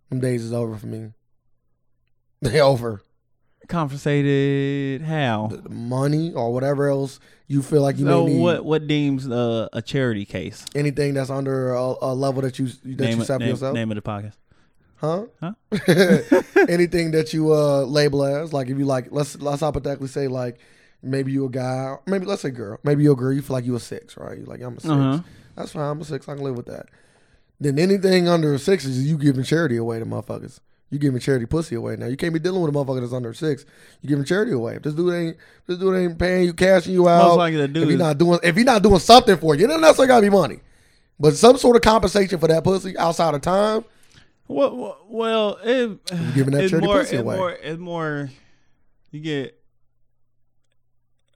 Speaker 2: Them days is over for me. [LAUGHS] They over.
Speaker 1: Compensated how?
Speaker 2: The money or whatever else you feel like you
Speaker 1: So
Speaker 2: may need.
Speaker 1: what what deems uh, a charity case?
Speaker 2: Anything that's under a, a level that you that
Speaker 1: name,
Speaker 2: you
Speaker 1: it-
Speaker 2: set for
Speaker 1: name,
Speaker 2: yourself.
Speaker 1: name of the podcast.
Speaker 2: Huh?
Speaker 1: Huh?
Speaker 2: [LAUGHS] Anything that you uh label as like if you like let's let's hypothetically say like maybe you a guy maybe let's say girl maybe you a girl you feel like you a six right you like I'm a 6
Speaker 1: Uh-huh.
Speaker 2: that's fine I'm a six I can live with that then anything under a six is you giving charity away to motherfuckers you giving charity pussy away now you can't be dealing with a motherfucker that's under a six you giving charity away if this dude ain't this dude ain't paying you cashing you out
Speaker 1: Most likely the
Speaker 2: if
Speaker 1: dude
Speaker 2: he
Speaker 1: is-
Speaker 2: not doing if he not doing something for you it doesn't necessarily gotta be money but some sort of compensation for that pussy outside of time
Speaker 1: Well, well, well it,
Speaker 2: giving that
Speaker 1: it's
Speaker 2: charity
Speaker 1: more,
Speaker 2: pussy
Speaker 1: it's
Speaker 2: away.
Speaker 1: More, it's more. You get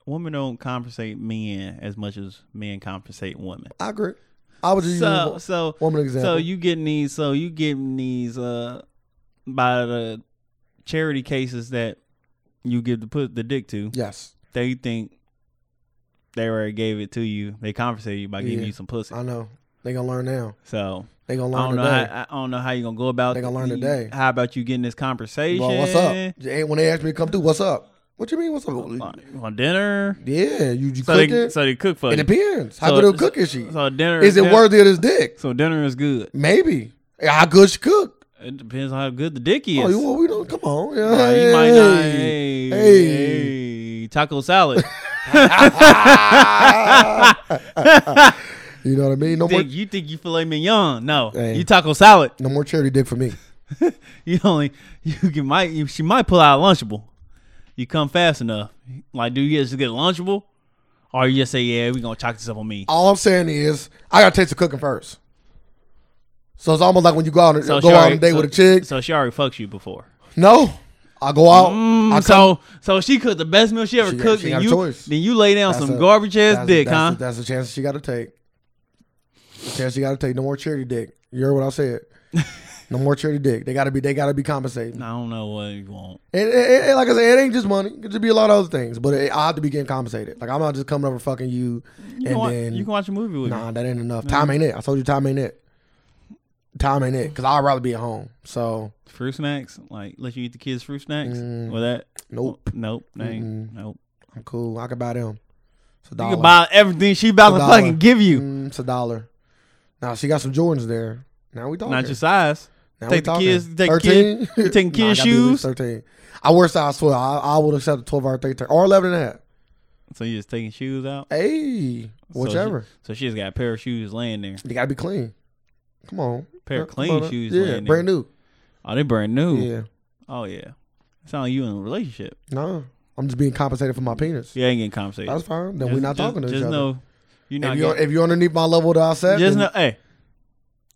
Speaker 1: women don't compensate men as much as men compensate women.
Speaker 2: I agree. I was just
Speaker 1: So,
Speaker 2: using
Speaker 1: so,
Speaker 2: a woman example.
Speaker 1: so you getting these? So you getting these? Uh, by the charity cases that you give the put the dick to,
Speaker 2: yes,
Speaker 1: they think they already gave it to you. They compensate you by giving
Speaker 2: Yeah.
Speaker 1: you some pussy.
Speaker 2: I know. They gonna learn now.
Speaker 1: So
Speaker 2: They gonna
Speaker 1: I don't
Speaker 2: learn
Speaker 1: know.
Speaker 2: today.
Speaker 1: How, I don't know how you gonna go about.
Speaker 2: They gonna learn
Speaker 1: the-
Speaker 2: today.
Speaker 1: How about you getting this conversation?
Speaker 2: Well, what's up? Ain't when they ask me to come through, what's up? What you mean? What's up?
Speaker 1: on dinner.
Speaker 2: Yeah, you, you
Speaker 1: So
Speaker 2: cook
Speaker 1: they,
Speaker 2: it.
Speaker 1: so they cook for
Speaker 2: it
Speaker 1: you.
Speaker 2: depends. How
Speaker 1: so-
Speaker 2: good of a cook is she?
Speaker 1: So dinner
Speaker 2: is it
Speaker 1: dinner-
Speaker 2: worthy of this dick?
Speaker 1: So dinner is good.
Speaker 2: Maybe. How good she cook?
Speaker 1: It depends on how good the dick is.
Speaker 2: Oh, you, well, we don't. Come on. Yeah,
Speaker 1: Uh, you might not. Hey,
Speaker 2: Hey.
Speaker 1: hey, taco
Speaker 2: [LAUGHS]
Speaker 1: salad.
Speaker 2: You know what I mean? No more.
Speaker 1: Think- you think you filet mignon? No,
Speaker 2: Hey.
Speaker 1: you taco salad. [LAUGHS]
Speaker 2: No more charity dick for me.
Speaker 1: You only you can might you, she might pull out a lunchable. You come fast enough. Like, do you just get a lunchable, or you just say, yeah, we gonna chalk this up on me?
Speaker 2: All I'm saying is, I gotta taste the cooking first. So it's almost like when you go out and
Speaker 1: So
Speaker 2: go
Speaker 1: she
Speaker 2: out
Speaker 1: already-
Speaker 2: on a date
Speaker 1: so-
Speaker 2: with a chick.
Speaker 1: So she already fucks you before.
Speaker 2: No, I go out. I
Speaker 1: Mm,
Speaker 2: come-
Speaker 1: so so she cooked the best meal she ever
Speaker 2: She got-
Speaker 1: cooked,
Speaker 2: she
Speaker 1: and
Speaker 2: got a
Speaker 1: you
Speaker 2: choice.
Speaker 1: then you lay down
Speaker 2: That's
Speaker 1: some
Speaker 2: a-
Speaker 1: garbage ass
Speaker 2: that's-
Speaker 1: dick,
Speaker 2: that's
Speaker 1: huh?
Speaker 2: A, that's a chance she got to take. A chance she got to take. No more charity dick. You heard what I
Speaker 1: [LAUGHS]
Speaker 2: said. no more charity dick. They gotta be. They gotta be compensated.
Speaker 1: I don't know what you want.
Speaker 2: And, and- and like I said, it ain't just money. It could just be a lot of other things. But it, I have to be getting compensated. Like I'm not just coming over fucking you.
Speaker 1: You
Speaker 2: and
Speaker 1: can, watch,
Speaker 2: then
Speaker 1: you can watch a movie with me.
Speaker 2: nah, that ain't enough. Time ain't it. I told you, time ain't it. Time ain't it. Because I'd rather be at home. So
Speaker 1: Fruit snacks, like let you eat the kids' fruit snacks.
Speaker 2: Mm.
Speaker 1: Well, that
Speaker 2: nope.
Speaker 1: nope, that ain't, nope.
Speaker 2: I'm cool. I could buy them. It's a
Speaker 1: You
Speaker 2: dollar.
Speaker 1: can buy everything she about
Speaker 2: It's
Speaker 1: to
Speaker 2: a dollar.
Speaker 1: fucking give you.
Speaker 2: Mm, it's a dollar. Now she got some Jordans there. Now we talking.
Speaker 1: Not your size.
Speaker 2: now
Speaker 1: take the kids- take the
Speaker 2: Thirteen.
Speaker 1: [LAUGHS] you taking kids'
Speaker 2: I gotta be at least
Speaker 1: shoes?
Speaker 2: Thirteen. I wear size twelve. I, I would accept a twelve or thirteen or eleven and a half.
Speaker 1: So you just taking shoes out.
Speaker 2: Hey,
Speaker 1: So
Speaker 2: whichever.
Speaker 1: she- So she, just got a pair of shoes laying there.
Speaker 2: they gotta be clean. Come on.
Speaker 1: Pair of
Speaker 2: Come
Speaker 1: clean
Speaker 2: on.
Speaker 1: shoes
Speaker 2: Yeah,
Speaker 1: laying
Speaker 2: brand
Speaker 1: there.
Speaker 2: new.
Speaker 1: Oh, they brand new.
Speaker 2: Yeah.
Speaker 1: Oh yeah. Sound like you in a relationship.
Speaker 2: No, I'm just being compensated for my penis.
Speaker 1: You ain't getting compensated.
Speaker 2: That's fine. Then
Speaker 1: Just-
Speaker 2: we're not
Speaker 1: just-
Speaker 2: talking to
Speaker 1: just
Speaker 2: each other.
Speaker 1: know you're not
Speaker 2: if you're
Speaker 1: getting,
Speaker 2: if you're underneath my level that I set,
Speaker 1: just
Speaker 2: then
Speaker 1: know, hey,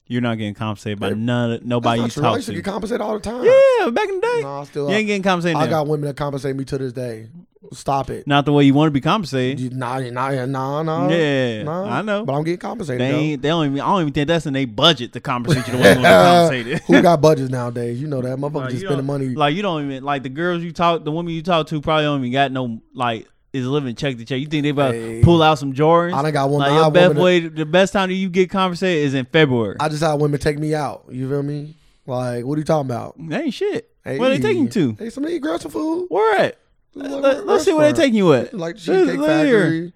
Speaker 1: you're not getting compensated by
Speaker 2: Hey,
Speaker 1: none.
Speaker 2: that's
Speaker 1: Nobody
Speaker 2: not
Speaker 1: you
Speaker 2: true. I
Speaker 1: talk
Speaker 2: used to
Speaker 1: to.
Speaker 2: get compensated all the time.
Speaker 1: Yeah, back in the day,
Speaker 2: No, I still.
Speaker 1: you ain't getting compensated.
Speaker 2: I
Speaker 1: now.
Speaker 2: got women that compensate me to this day. Stop it.
Speaker 1: not the way you want to be compensated.
Speaker 2: You- Nah, nah, nah, nah.
Speaker 1: yeah,
Speaker 2: nah.
Speaker 1: I know.
Speaker 2: But I'm getting compensated.
Speaker 1: They
Speaker 2: though.
Speaker 1: ain't, they don't even. I don't even think that's in their budget to compensate you
Speaker 2: [LAUGHS]
Speaker 1: the way you want to be [LAUGHS] compensated.
Speaker 2: Uh, Who got budgets nowadays? You know that motherfucker
Speaker 1: Like,
Speaker 2: just
Speaker 1: you
Speaker 2: spending
Speaker 1: don't-
Speaker 2: money.
Speaker 1: Like you don't even like the girls you talk, the women you talk to probably don't even got no like is living check to check. You think they about
Speaker 2: Hey.
Speaker 1: to pull out some Jordans?
Speaker 2: I done got one.
Speaker 1: Like
Speaker 2: I,
Speaker 1: your
Speaker 2: woman
Speaker 1: best
Speaker 2: that-
Speaker 1: way, the best time that you get compensated is in February.
Speaker 2: I just had women take me out. You feel me? Like, what are you talking about?
Speaker 1: That ain't shit.
Speaker 2: Hey,
Speaker 1: Where they taking you to?
Speaker 2: Hey, somebody eat grab some food.
Speaker 1: Where at? Let, us see where they taking you at.
Speaker 2: Like
Speaker 1: Let's-
Speaker 2: Cheesecake
Speaker 1: look here.
Speaker 2: Factory,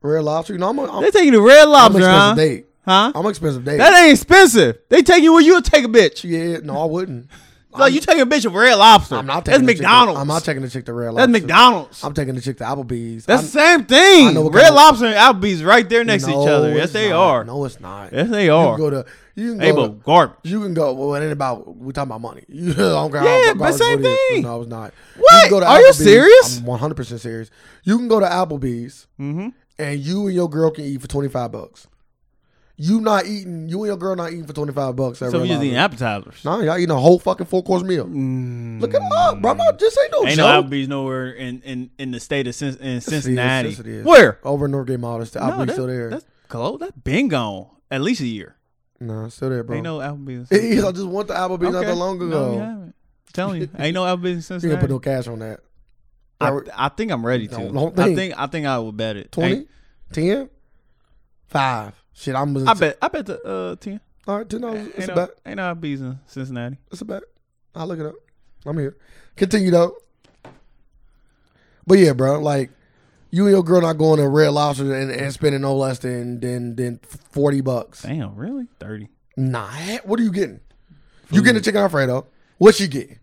Speaker 2: Red Lobster. You know, I'm, a, I'm,
Speaker 1: They taking you to Red
Speaker 2: I'm an
Speaker 1: Lobster,
Speaker 2: expensive
Speaker 1: huh?
Speaker 2: date.
Speaker 1: Huh?
Speaker 2: I'm an expensive date.
Speaker 1: That ain't expensive. They take you where you'll take a bitch.
Speaker 2: [LAUGHS] yeah, no, I wouldn't.
Speaker 1: [LAUGHS] Like you taking a bitch to Red Lobster.
Speaker 2: I'm not
Speaker 1: That's
Speaker 2: taking the chick to-
Speaker 1: McDonald's.
Speaker 2: I'm not taking the chick to Red Lobster.
Speaker 1: That's McDonald's.
Speaker 2: I'm taking the chick to Applebee's.
Speaker 1: That's the
Speaker 2: I'm-
Speaker 1: same thing.
Speaker 2: I know what
Speaker 1: Red
Speaker 2: kind of-
Speaker 1: Lobster and Applebee's right there next to each
Speaker 2: No,
Speaker 1: other. Yes,
Speaker 2: it's
Speaker 1: they
Speaker 2: not.
Speaker 1: are.
Speaker 2: No, it's not.
Speaker 1: Yes, they
Speaker 2: You
Speaker 1: are.
Speaker 2: can go to. You can
Speaker 1: They
Speaker 2: go. to-
Speaker 1: both garbage.
Speaker 2: You can go. Well, it ain't about. We're talking about money. [LAUGHS] You don't care
Speaker 1: Yeah,
Speaker 2: how
Speaker 1: but
Speaker 2: garbage
Speaker 1: same
Speaker 2: it is.
Speaker 1: thing.
Speaker 2: No, it's not.
Speaker 1: What?
Speaker 2: can go to
Speaker 1: Are you serious?
Speaker 2: I'm 100 percent serious. You can go to Applebee's
Speaker 1: Mm-hmm.
Speaker 2: and you and your girl can eat for 25 bucks. You not eating. You and your girl not eating for twenty five bucks.
Speaker 1: So we just eating
Speaker 2: No,
Speaker 1: appetizers. Mm.
Speaker 2: nah, y'all eating a whole fucking four course meal. Look at up, bro. I'm not- This ain't no
Speaker 1: Ain't no
Speaker 2: joke.
Speaker 1: Applebee's nowhere in, in, in the state of Cin- in
Speaker 2: Yes, it is.
Speaker 1: Cincinnati.
Speaker 2: Yes, it is.
Speaker 1: Where?
Speaker 2: Over in Northgate Mall. It's the Applebee's
Speaker 1: that-
Speaker 2: still there.
Speaker 1: That's close. That been gone at least a year.
Speaker 2: Nah, it's still there, bro.
Speaker 1: Ain't no Applebee's.
Speaker 2: [LAUGHS] It is. I just went to Applebee's not
Speaker 1: Okay.
Speaker 2: that long
Speaker 1: No,
Speaker 2: ago.
Speaker 1: you haven't. telling you,
Speaker 2: [LAUGHS]
Speaker 1: ain't no Applebee's in
Speaker 2: you didn't
Speaker 1: Cincinnati.
Speaker 2: put no cash on that.
Speaker 1: I, I think I'm ready to.
Speaker 2: Don't- don't
Speaker 1: I
Speaker 2: think.
Speaker 1: think I think I would bet it.
Speaker 2: 20,
Speaker 1: Ain't-
Speaker 2: 10, 5. Shit, I'm.
Speaker 1: I bet I bet the uh, ten.
Speaker 2: All right, 10 dollars. It's
Speaker 1: Ain't
Speaker 2: a
Speaker 1: no,
Speaker 2: bet.
Speaker 1: ain't no Applebee's in Cincinnati.
Speaker 2: It's a bet. I'll look it up. I'm here. Continue though. But yeah, bro, like you and your girl not going to Red Lobster and, and spending no less than than than forty bucks.
Speaker 1: Damn, really? Thirty.
Speaker 2: Nah, what are you getting? You getting a chicken alfredo? What you get?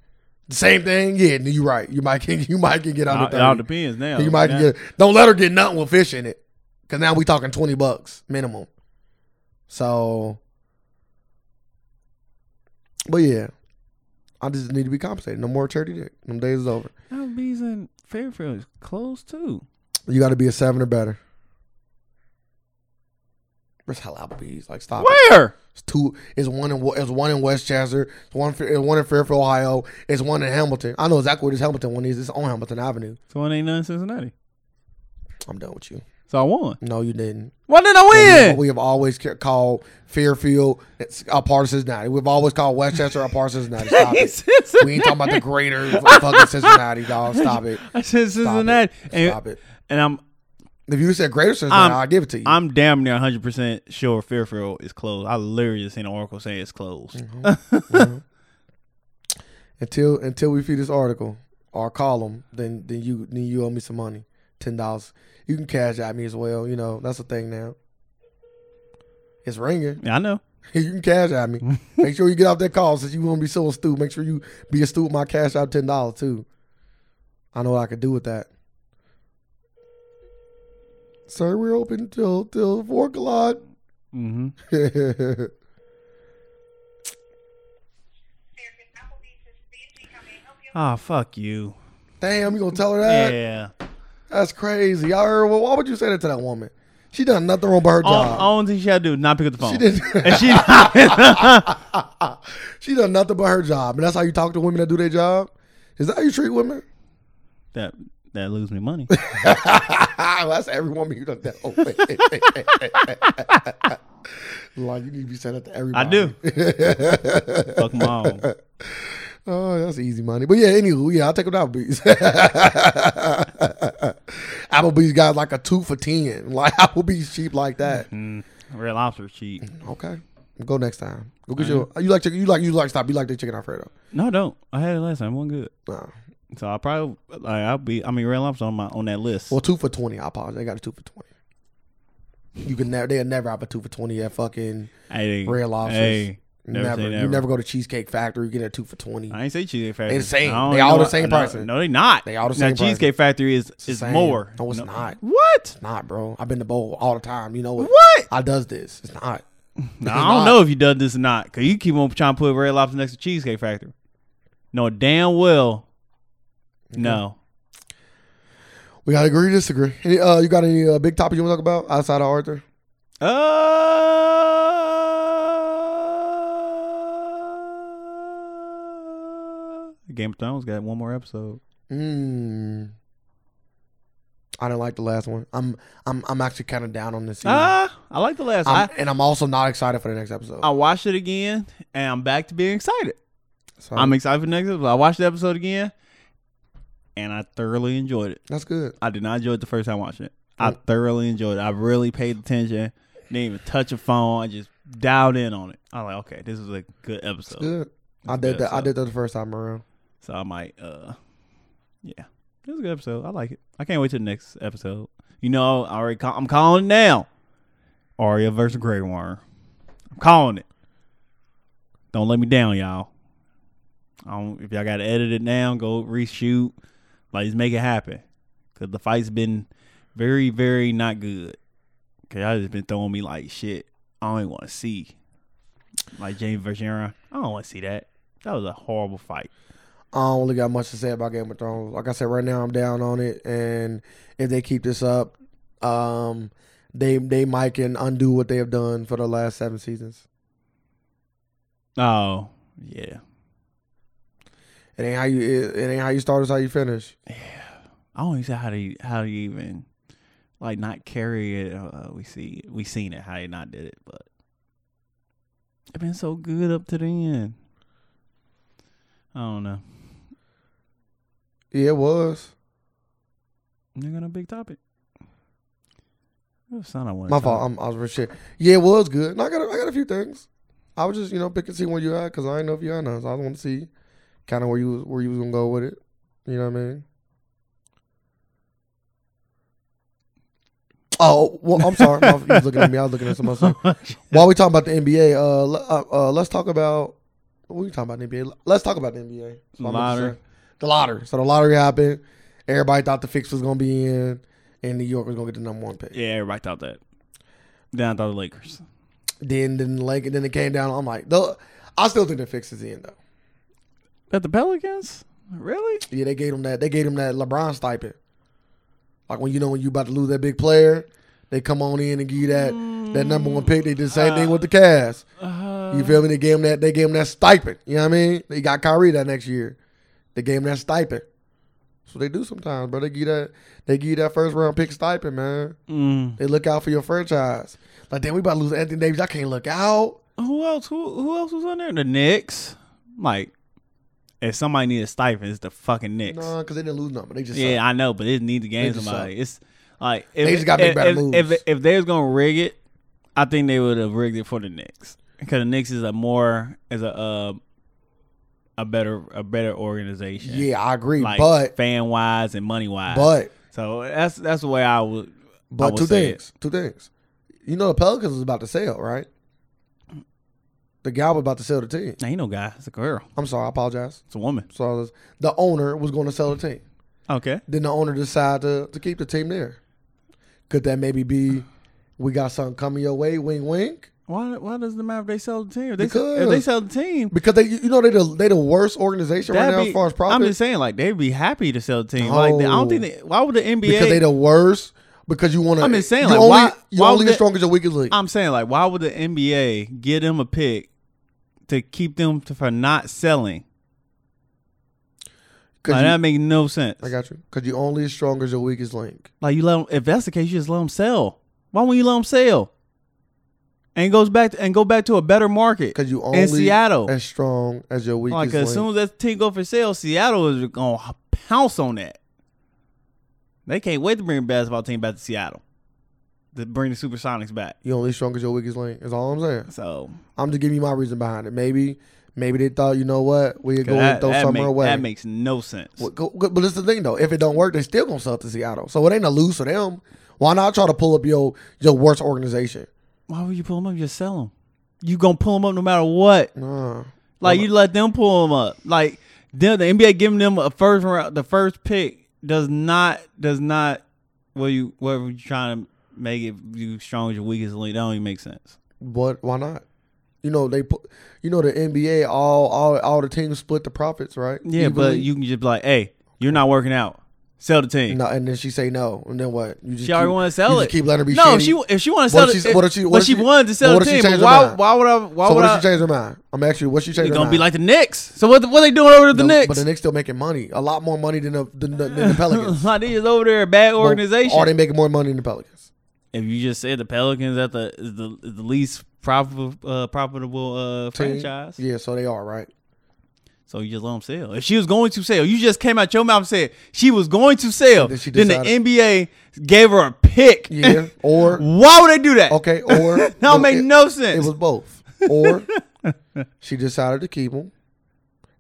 Speaker 2: The same thing? Yeah, you right. You might get [LAUGHS] you might get get
Speaker 1: All-
Speaker 2: under
Speaker 1: It all
Speaker 2: thirty.
Speaker 1: depends now.
Speaker 2: You might
Speaker 1: Now-
Speaker 2: get don't let her get nothing with fish in it, because now we talking twenty bucks minimum. So, but yeah, I just need to be compensated. No more charity dick. Them days is over.
Speaker 1: Applebee's in Fairfield is close too.
Speaker 2: You got to be a seven or better. Where's hell Applebee's? Like stop. it.
Speaker 1: Where?
Speaker 2: It's two. It's one in. It's one in Westchester. It's one. It's one in Fairfield, Ohio. It's one in Hamilton. I know exactly where this Hamilton one is. It's on Hamilton Avenue.
Speaker 1: So it ain't none in Cincinnati.
Speaker 2: I'm done with you.
Speaker 1: So I won.
Speaker 2: No, you didn't.
Speaker 1: Why didn't I win?
Speaker 2: We have always ca- called Fairfield it's a part of Cincinnati. We've always called Westchester a part of Cincinnati. Stop it. We ain't talking about the
Speaker 1: [LAUGHS]
Speaker 2: greater f- fucking Cincinnati, dog. Stop it.
Speaker 1: I said Cincinnati, and,
Speaker 2: Stop it.
Speaker 1: and I'm
Speaker 2: If you said greater Cincinnati,
Speaker 1: I'm-
Speaker 2: I'll give it to you.
Speaker 1: I'm damn near 100 percent sure Fairfield is closed. I literally just seen an article saying it's closed.
Speaker 2: Mm-hmm. until until we feed this article or column, then then you then you owe me some money, ten dollars. You can cash at me as well. You know that's the thing now. It's ringing.
Speaker 1: Yeah, I know.
Speaker 2: You can cash at me. Make sure you get off that call since you won't be so astute. Make sure you be astute with my cash out ten dollars too. I know what I could do with that. Sir, we're open till till four o'clock. [LAUGHS]
Speaker 1: Mm-hmm.
Speaker 2: What's
Speaker 1: Ah, fuck you.
Speaker 2: Damn, you gonna tell her that?
Speaker 1: Yeah.
Speaker 2: That's crazy. Y'all heard, well, why would you say that to that woman? She done nothing wrong by her
Speaker 1: All,
Speaker 2: job.
Speaker 1: all thing she had to do is not pick up the phone.
Speaker 2: she did [LAUGHS]
Speaker 1: [LAUGHS] And she
Speaker 2: she done nothing but her job. And that's how you talk to women that do their job? Is that how you treat women?
Speaker 1: that that lose me
Speaker 2: [LAUGHS]
Speaker 1: money.
Speaker 2: Ah, that's every woman you
Speaker 1: [LAUGHS]
Speaker 2: done that. Oh, like you need to be saying that to
Speaker 1: I
Speaker 2: everybody. [LAUGHS]
Speaker 1: do. fuck my own.
Speaker 2: Oh, that's easy money. But yeah, anywho, yeah, I'll take them to [LAUGHS] Applebee's. Applebee's got like a two for ten. [LAUGHS] Like Applebee's cheap like that.
Speaker 1: Mm, Red Lobster cheap.
Speaker 2: Okay. Go next time. Go get your
Speaker 1: Mm-hmm.
Speaker 2: you like chicken you like you like stop. You like the chicken Alfredo.
Speaker 1: No, I don't. I had it last time. It wasn't good.
Speaker 2: Nah.
Speaker 1: So I probably like I'll be. I mean, Red Lobster on my on that list.
Speaker 2: Well, two for twenty. I apologize. They got a two for twenty. You can never. They'll never have a two for twenty at fucking
Speaker 1: hey,
Speaker 2: Red Lobsters.
Speaker 1: Hey, never
Speaker 2: never.
Speaker 1: say
Speaker 2: You
Speaker 1: never.
Speaker 2: never go to Cheesecake Factory. You get a two for twenty.
Speaker 1: I ain't say Cheesecake Factory.
Speaker 2: They the same.
Speaker 1: I don't
Speaker 2: They all
Speaker 1: know-
Speaker 2: the same
Speaker 1: I know-
Speaker 2: person.
Speaker 1: No, they not.
Speaker 2: They all the
Speaker 1: Now
Speaker 2: same person.
Speaker 1: Cheesecake Factory is
Speaker 2: the
Speaker 1: is
Speaker 2: same.
Speaker 1: more.
Speaker 2: No, it's not.
Speaker 1: What?
Speaker 2: Not, bro. I've been to bowl all the time. You know what?
Speaker 1: What?
Speaker 2: I does this. It's not.
Speaker 1: Nah,
Speaker 2: It's
Speaker 1: I don't
Speaker 2: not.
Speaker 1: know if you done this or not. Cause you keep on trying to put Red Lobster next to Cheesecake Factory. No, damn well. No.
Speaker 2: We gotta agree to disagree. Any, uh, you got any uh, big topic you want to talk about outside of Arthur?
Speaker 1: Uh, Game of Thrones got one more episode.
Speaker 2: Mm. I didn't like the last one. I'm I'm I'm actually kind of down on this season,
Speaker 1: Ah, I like the last.
Speaker 2: I'm-
Speaker 1: I
Speaker 2: and I'm also not excited for the next episode.
Speaker 1: I watched it again, and I'm back to being excited.
Speaker 2: So,
Speaker 1: I'm excited for the next episode. I watched the episode again, and I thoroughly enjoyed it.
Speaker 2: that's good.
Speaker 1: I did not enjoy it the first time watching it. I thoroughly enjoyed it. I really paid attention. Didn't even touch a phone. I just dialed in on it. I'm like, okay, this is a good episode.
Speaker 2: Good. I
Speaker 1: It's
Speaker 2: did
Speaker 1: good,
Speaker 2: that. I
Speaker 1: so-
Speaker 2: did that the first time around.
Speaker 1: So I might, uh, yeah, it was a good episode. I like it. I can't wait till the next episode. You know, I already call, I'm calling it now. Arya versus Grey Worm. I'm calling it. Don't let me down, y'all. I don't, if y'all got to edit it now, go reshoot. Like, just make it happen. Cause the fight's been very, very not good. Cause y'all just been throwing me like shit. I don't even want to see. Like Jamie versus Aaron. I don't want to see that. That was a horrible fight.
Speaker 2: I don't really got much to say about Game of Thrones. Like I said, right now I'm down on it, and if they keep this up, um, they they might can undo what they have done for the last seven seasons.
Speaker 1: Oh, yeah.
Speaker 2: It ain't how you it, it ain't how you start, it's how you finish.
Speaker 1: I don't even see how they how they even like not carry it. Uh, we see we seen it how they not did it, but it been so good up to the end. I don't know.
Speaker 2: Yeah, it was.
Speaker 1: They're gonna big topic. What sound I want?
Speaker 2: My fault. I'm, I was rich shit. Yeah, it was good. No, I got a, I got a few things. I was just you know pick and see where you at because I didn't know if you had none. So I want to see kind of where you was- where you was gonna go with it. You know what I mean? Oh well, I'm sorry. My- you was looking at me. I was looking at some other
Speaker 1: [LAUGHS]
Speaker 2: stuff. While we talking about the NBA, uh, le- uh, uh, let's talk about what we talking about the NBA. Let's talk about the NBA. That's what I meant to
Speaker 1: Lottery.
Speaker 2: say. the lottery. So the lottery happened. Everybody thought the fix was gonna be in, and New York was gonna get the number one pick.
Speaker 1: yeah, everybody thought that. Then I thought the Lakers.
Speaker 2: Then then like then it came down. I'm like, the, I still think the fix is in though.
Speaker 1: At the Pelicans? Really?
Speaker 2: Yeah, they gave him that. They gave him that LeBron stipend. Like when you know when you about to lose that big player, they come on in and give you that that number one pick. They did the same thing with the Cavs.
Speaker 1: Uh,
Speaker 2: You feel me? They gave him that. They gave him that stipend. You know what I mean? They got Kyrie that next year. They gave him that stipend. So they do sometimes, bro. They give you that. They give you that first round pick stipend, man.
Speaker 1: mm.
Speaker 2: They look out for your franchise. Like damn, we about to lose Anthony Davis. I can't look out.
Speaker 1: Who else? Who who else was on there? The Knicks. Like, if somebody needs a stipend, it's the fucking Knicks.
Speaker 2: No, because they didn't lose nothing. They just
Speaker 1: yeah,
Speaker 2: yeah.
Speaker 1: I know, but it needs to game
Speaker 2: just
Speaker 1: somebody. It's like if,
Speaker 2: They just gotta make
Speaker 1: if,
Speaker 2: better
Speaker 1: if,
Speaker 2: moves.
Speaker 1: If, if they was gonna rig it, I think they would have rigged it for the Knicks because the Knicks is a more is a uh, a better a better organization.
Speaker 2: Yeah, I agree.
Speaker 1: like
Speaker 2: but
Speaker 1: fan wise and money wise.
Speaker 2: but
Speaker 1: so that's that's the way I would. I
Speaker 2: But
Speaker 1: would
Speaker 2: two
Speaker 1: say it.
Speaker 2: things. Two things. You know the Pelicans was about to sell, right? The guy was about to sell the team.
Speaker 1: Now you know, guy, it's a girl,
Speaker 2: I'm sorry, I apologize.
Speaker 1: it's a woman.
Speaker 2: So I was- the owner was going to sell the team.
Speaker 1: Okay,
Speaker 2: Then the owner decided to, to keep the team there. Could that maybe be we got something coming your way, wing wink?
Speaker 1: why why doesn't it matter if they sell the team? If they, sell,
Speaker 2: Because-
Speaker 1: if they sell the team,
Speaker 2: Because they you know they the they the worst organization right
Speaker 1: that'd
Speaker 2: now
Speaker 1: be-
Speaker 2: as far as
Speaker 1: I'm
Speaker 2: profit.
Speaker 1: just saying, like they'd be happy to sell the team. Like I don't think
Speaker 2: No.
Speaker 1: they, why would the NBA
Speaker 2: Because they the worst because you want to
Speaker 1: I'm just saying,
Speaker 2: you
Speaker 1: like,
Speaker 2: only,
Speaker 1: why-
Speaker 2: you
Speaker 1: why
Speaker 2: only
Speaker 1: would
Speaker 2: the
Speaker 1: that-
Speaker 2: strongest your weakest link.
Speaker 1: I'm saying like why would the NBA get them a pick to keep them to, for not selling?
Speaker 2: 'Cause
Speaker 1: Like,
Speaker 2: you-
Speaker 1: that make no sense.
Speaker 2: I got you. Because you only as strong as your weakest link.
Speaker 1: Like you let 'em- if that's the case, you just let them sell. Why won't you let them sell? And goes back to, and go back to a better market.
Speaker 2: Because you only
Speaker 1: Seattle.
Speaker 2: as strong as your weakest
Speaker 1: Like as
Speaker 2: link.
Speaker 1: soon as that team go for sale, Seattle is gonna pounce on that. They can't wait to bring the basketball team back to Seattle to bring the Supersonics back.
Speaker 2: you only strong as your weakest link. Is all I'm saying.
Speaker 1: So
Speaker 2: I'm just giving you my reason behind it. Maybe, maybe they thought, you know what, we could go
Speaker 1: that,
Speaker 2: and throw
Speaker 1: that
Speaker 2: somewhere
Speaker 1: make-
Speaker 2: away.
Speaker 1: that makes no sense.
Speaker 2: Well, go- go- but it's the thing though. If it don't work, they still gonna sell it to Seattle. So it ain't a lose for them. Why not try to pull up your your worst organization?
Speaker 1: Why would you pull them up? Just sell them. You gonna pull them up no matter what.
Speaker 2: Nah.
Speaker 1: Like you let them pull them up. Like them, the NBA giving them a first round, the first pick does not does not. What you what you trying to make it you strong as your weakest link? That don't even make sense.
Speaker 2: But why not? You know they put. You know the NBA. All all all the teams split the profits, right?
Speaker 1: Yeah, but
Speaker 2: Evenly.
Speaker 1: you can just be like, hey, you're not working out. Sell the team.
Speaker 2: No, and then she say no, and then what? You just
Speaker 1: She already
Speaker 2: keep-
Speaker 1: want to sell
Speaker 2: you
Speaker 1: it.
Speaker 2: Just keep letting her be.
Speaker 1: no,
Speaker 2: shitty?
Speaker 1: if she if she want to
Speaker 2: What
Speaker 1: sell
Speaker 2: if
Speaker 1: it,
Speaker 2: she- what if she- what
Speaker 1: but
Speaker 2: if
Speaker 1: she
Speaker 2: she-
Speaker 1: wanted to sell
Speaker 2: what
Speaker 1: the
Speaker 2: if she
Speaker 1: team.
Speaker 2: changed
Speaker 1: But
Speaker 2: her
Speaker 1: why
Speaker 2: mind?
Speaker 1: why would I why
Speaker 2: So
Speaker 1: would
Speaker 2: what if
Speaker 1: I?
Speaker 2: she changed her mind? I'm actually what she changed
Speaker 1: You're
Speaker 2: her
Speaker 1: gonna
Speaker 2: mind.
Speaker 1: be like the Knicks. So what the, what they doing over at the Knicks?
Speaker 2: But the Knicks still making money, a lot more money than the, than the, than the
Speaker 1: [LAUGHS]
Speaker 2: Pelicans.
Speaker 1: like they is over there a bad
Speaker 2: But
Speaker 1: organization.
Speaker 2: Are they making more money than the Pelicans?
Speaker 1: if you just said the Pelicans at the is the, is the least profitable uh, profitable uh,
Speaker 2: Team?
Speaker 1: franchise,
Speaker 2: Yeah, so they are right.
Speaker 1: so you just let them sell. If she was going to sell, you just came out your mouth and said she was going to sell.
Speaker 2: Then she
Speaker 1: Then,
Speaker 2: decided-
Speaker 1: the NBA gave her a pick.
Speaker 2: Yeah,
Speaker 1: [LAUGHS]
Speaker 2: or
Speaker 1: Why would they do that?
Speaker 2: okay, or
Speaker 1: that don't make
Speaker 2: it,
Speaker 1: no sense.
Speaker 2: It was both, or [LAUGHS] she decided to keep them,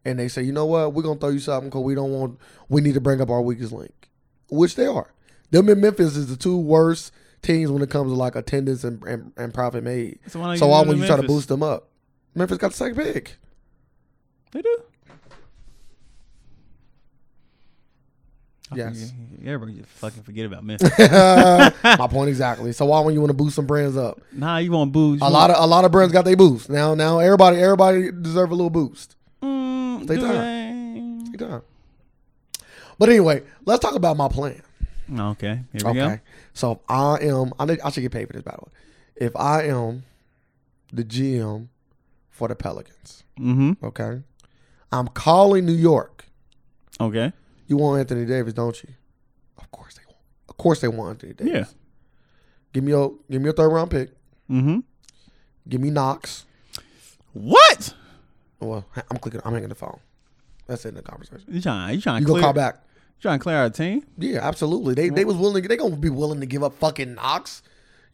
Speaker 2: and they say, you know what, we're gonna throw you something because we don't want, we need to bring up our weakest link, which they are. Them in Memphis is the two worst teams when it comes to like attendance and and, and profit made.
Speaker 1: So why not
Speaker 2: So
Speaker 1: give
Speaker 2: why
Speaker 1: them
Speaker 2: would
Speaker 1: to
Speaker 2: you try to
Speaker 1: Memphis?
Speaker 2: boost them up? Memphis got the second pick.
Speaker 1: they do. Oh,
Speaker 2: Yes.
Speaker 1: Yeah, everybody just fucking forget about
Speaker 2: [LAUGHS]
Speaker 1: Memphis.
Speaker 2: My point exactly. So why wouldn't you want to boost some brands up?
Speaker 1: nah, you want booze?
Speaker 2: A lot of a lot of brands got their boost. Now now everybody everybody deserve a little boost.
Speaker 1: mm,
Speaker 2: They
Speaker 1: do
Speaker 2: tired.
Speaker 1: they?
Speaker 2: Take time. But anyway, let's talk about my plan.
Speaker 1: Okay. Here we
Speaker 2: Okay.
Speaker 1: go.
Speaker 2: So if I am, I, need, I should get paid for this, by the way. If I am the GM for the Pelicans,
Speaker 1: Mm-hmm.
Speaker 2: okay, I'm calling New York.
Speaker 1: Okay.
Speaker 2: You want Anthony Davis, don't you? Of course they want. Of course they want Anthony Davis.
Speaker 1: Yeah.
Speaker 2: Give me your give me your third round pick.
Speaker 1: Mm-hmm.
Speaker 2: Give me Knox.
Speaker 1: What?
Speaker 2: Well, I'm clicking. I'm hanging the phone. That's it in the conversation.
Speaker 1: You trying? You trying
Speaker 2: You
Speaker 1: to
Speaker 2: gonna
Speaker 1: clear?
Speaker 2: call back?
Speaker 1: You trying to clear our team?
Speaker 2: Yeah, absolutely. They they was willing. They gonna be willing to give up fucking Knox.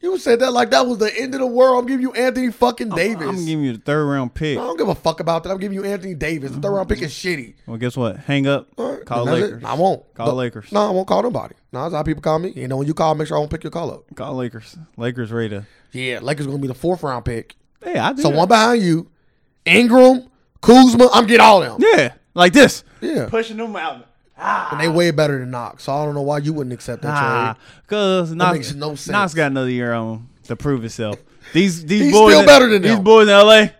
Speaker 2: You said that like that was the end of the world. I'm giving you Anthony fucking Davis.
Speaker 1: I'm giving you the third round pick.
Speaker 2: I don't give a fuck about that. I'm giving you Anthony Davis. The third round pick is shitty.
Speaker 1: Well, guess what? Hang up.
Speaker 2: Mm-hmm. All right,
Speaker 1: Call
Speaker 2: then that's it.
Speaker 1: Lakers.
Speaker 2: I won't.
Speaker 1: Call
Speaker 2: But-
Speaker 1: Lakers.
Speaker 2: No, I won't call nobody. No, that's how people call me. You know, when you call, make sure I don't pick your call up.
Speaker 1: Call Lakers. Lakers ready to.
Speaker 2: Yeah, Lakers gonna be the fourth round pick.
Speaker 1: Yeah, I do.
Speaker 2: So
Speaker 1: that.
Speaker 2: one behind you, Ingram, Kuzma. I'm getting all of them.
Speaker 1: Yeah, like this.
Speaker 2: Yeah,
Speaker 1: Pushing them out.
Speaker 2: and they way better than Knox. So I don't know why you wouldn't accept that
Speaker 1: Ah,
Speaker 2: trade.
Speaker 1: cause Knox,
Speaker 2: makes no sense.
Speaker 1: Knox got another year on to prove himself. These these
Speaker 2: He's
Speaker 1: boys
Speaker 2: still
Speaker 1: in-
Speaker 2: better than
Speaker 1: these
Speaker 2: them.
Speaker 1: boys in LA. Uh,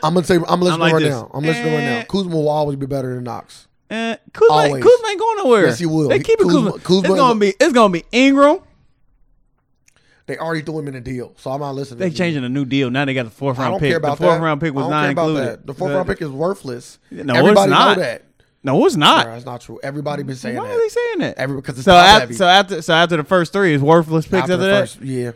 Speaker 2: I'm gonna say I'm listening
Speaker 1: like
Speaker 2: right
Speaker 1: this.
Speaker 2: now. I'm listening right now.
Speaker 1: Eh.
Speaker 2: Kuzma will always be better than Knox.
Speaker 1: uh, Kuzma,
Speaker 2: Always.
Speaker 1: ain't- Kuzma ain't going nowhere.
Speaker 2: Yes, he will.
Speaker 1: They
Speaker 2: He-
Speaker 1: keep it
Speaker 2: Kuzma-
Speaker 1: Kuzma.
Speaker 2: Kuzma
Speaker 1: It's
Speaker 2: is-
Speaker 1: gonna be it's gonna be Ingram.
Speaker 2: They already threw him in a deal, so I'm not listening.
Speaker 1: They
Speaker 2: to you.
Speaker 1: changing a new deal now. They got the fourth
Speaker 2: Mm-hmm. I
Speaker 1: round
Speaker 2: don't
Speaker 1: pick.
Speaker 2: care about
Speaker 1: the fourth
Speaker 2: that.
Speaker 1: round pick was
Speaker 2: I don't
Speaker 1: not
Speaker 2: care about
Speaker 1: included.
Speaker 2: that. The fourth round pick is worthless.
Speaker 1: No, it's
Speaker 2: Everybody
Speaker 1: not.
Speaker 2: know that.
Speaker 1: No, it's not.
Speaker 2: Nah, that's not true. Everybody been saying
Speaker 1: Why
Speaker 2: that.
Speaker 1: are they saying that?
Speaker 2: Every because it's
Speaker 1: so,
Speaker 2: top
Speaker 1: after,
Speaker 2: heavy.
Speaker 1: so after so after the first three is worthless picks.
Speaker 2: After
Speaker 1: After,
Speaker 2: the
Speaker 1: that,
Speaker 2: first- yeah,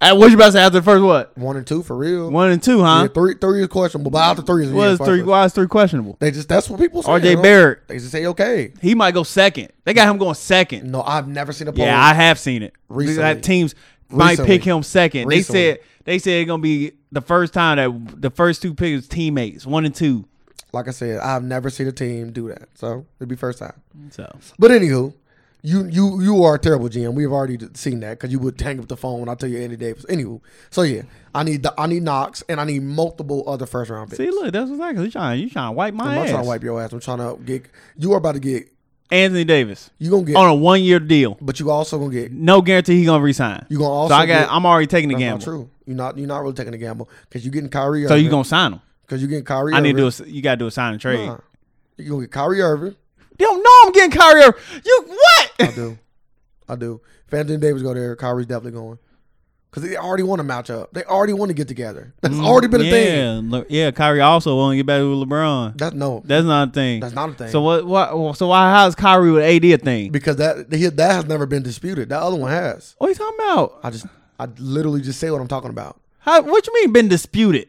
Speaker 1: Uh, what you about to say after the first what?
Speaker 2: one and two for real.
Speaker 1: One and two,
Speaker 2: yeah,
Speaker 1: huh?
Speaker 2: three, three is questionable, but after three is yeah,
Speaker 1: What is three?
Speaker 2: questionable.
Speaker 1: Why is three questionable?
Speaker 2: They just that's what people say.
Speaker 1: R.J.
Speaker 2: you know?
Speaker 1: Barrett.
Speaker 2: They just say okay.
Speaker 1: He might go second. They got him going second.
Speaker 2: No, I've never seen a poll.
Speaker 1: Yeah, I have seen it.
Speaker 2: Recently.
Speaker 1: That teams might
Speaker 2: Recently.
Speaker 1: pick him second.
Speaker 2: Recently.
Speaker 1: They said they said it's gonna be the first time that the first two picks teammates, one and two.
Speaker 2: like I said, I've never seen a team do that. So it'd be first time.
Speaker 1: So
Speaker 2: But anywho, you you you are a terrible GM. We've already d- seen that because you would hang up the phone when I tell you Andy Davis. Anywho, so yeah, I need the, I need Knox and I need multiple other first round picks.
Speaker 1: see, look, that's what's like. You trying, you trying to wipe
Speaker 2: I'm
Speaker 1: my
Speaker 2: not
Speaker 1: ass.
Speaker 2: trying to wipe your ass. I'm trying to get. You are about to get.
Speaker 1: Anthony Davis
Speaker 2: You gonna get.
Speaker 1: on a one year deal.
Speaker 2: But you also gonna get.
Speaker 1: No guarantee he gonna resign.
Speaker 2: You gonna also.
Speaker 1: so I got.
Speaker 2: Get,
Speaker 1: I'm already taking the
Speaker 2: that's
Speaker 1: gamble.
Speaker 2: Not true. You're not. You're not really taking a gamble because you're getting Kyrie.
Speaker 1: So you gonna sign him?
Speaker 2: Because you're getting Kyrie.
Speaker 1: I need to
Speaker 2: Irving.
Speaker 1: do. A, you gotta do a sign and trade.
Speaker 2: Nah. You gonna get Kyrie Irving.
Speaker 1: They don't know I'm getting Kyrie. Irving. You
Speaker 2: I
Speaker 1: what?
Speaker 2: do. I do. If Anthony Davis go there, Kyrie's definitely going. Because they already want to match up. They already want to get together. That's already been a thing.
Speaker 1: Mm, yeah, Le- yeah. Kyrie also want to get back with LeBron.
Speaker 2: That's no.
Speaker 1: That's not a thing.
Speaker 2: That's not a thing.
Speaker 1: So what? What? So why? How's Kyrie with AD a thing?
Speaker 2: because that he- that has never been disputed. That other one has.
Speaker 1: What are you talking about?
Speaker 2: I just I literally just say what I'm talking about.
Speaker 1: How? What you mean been disputed?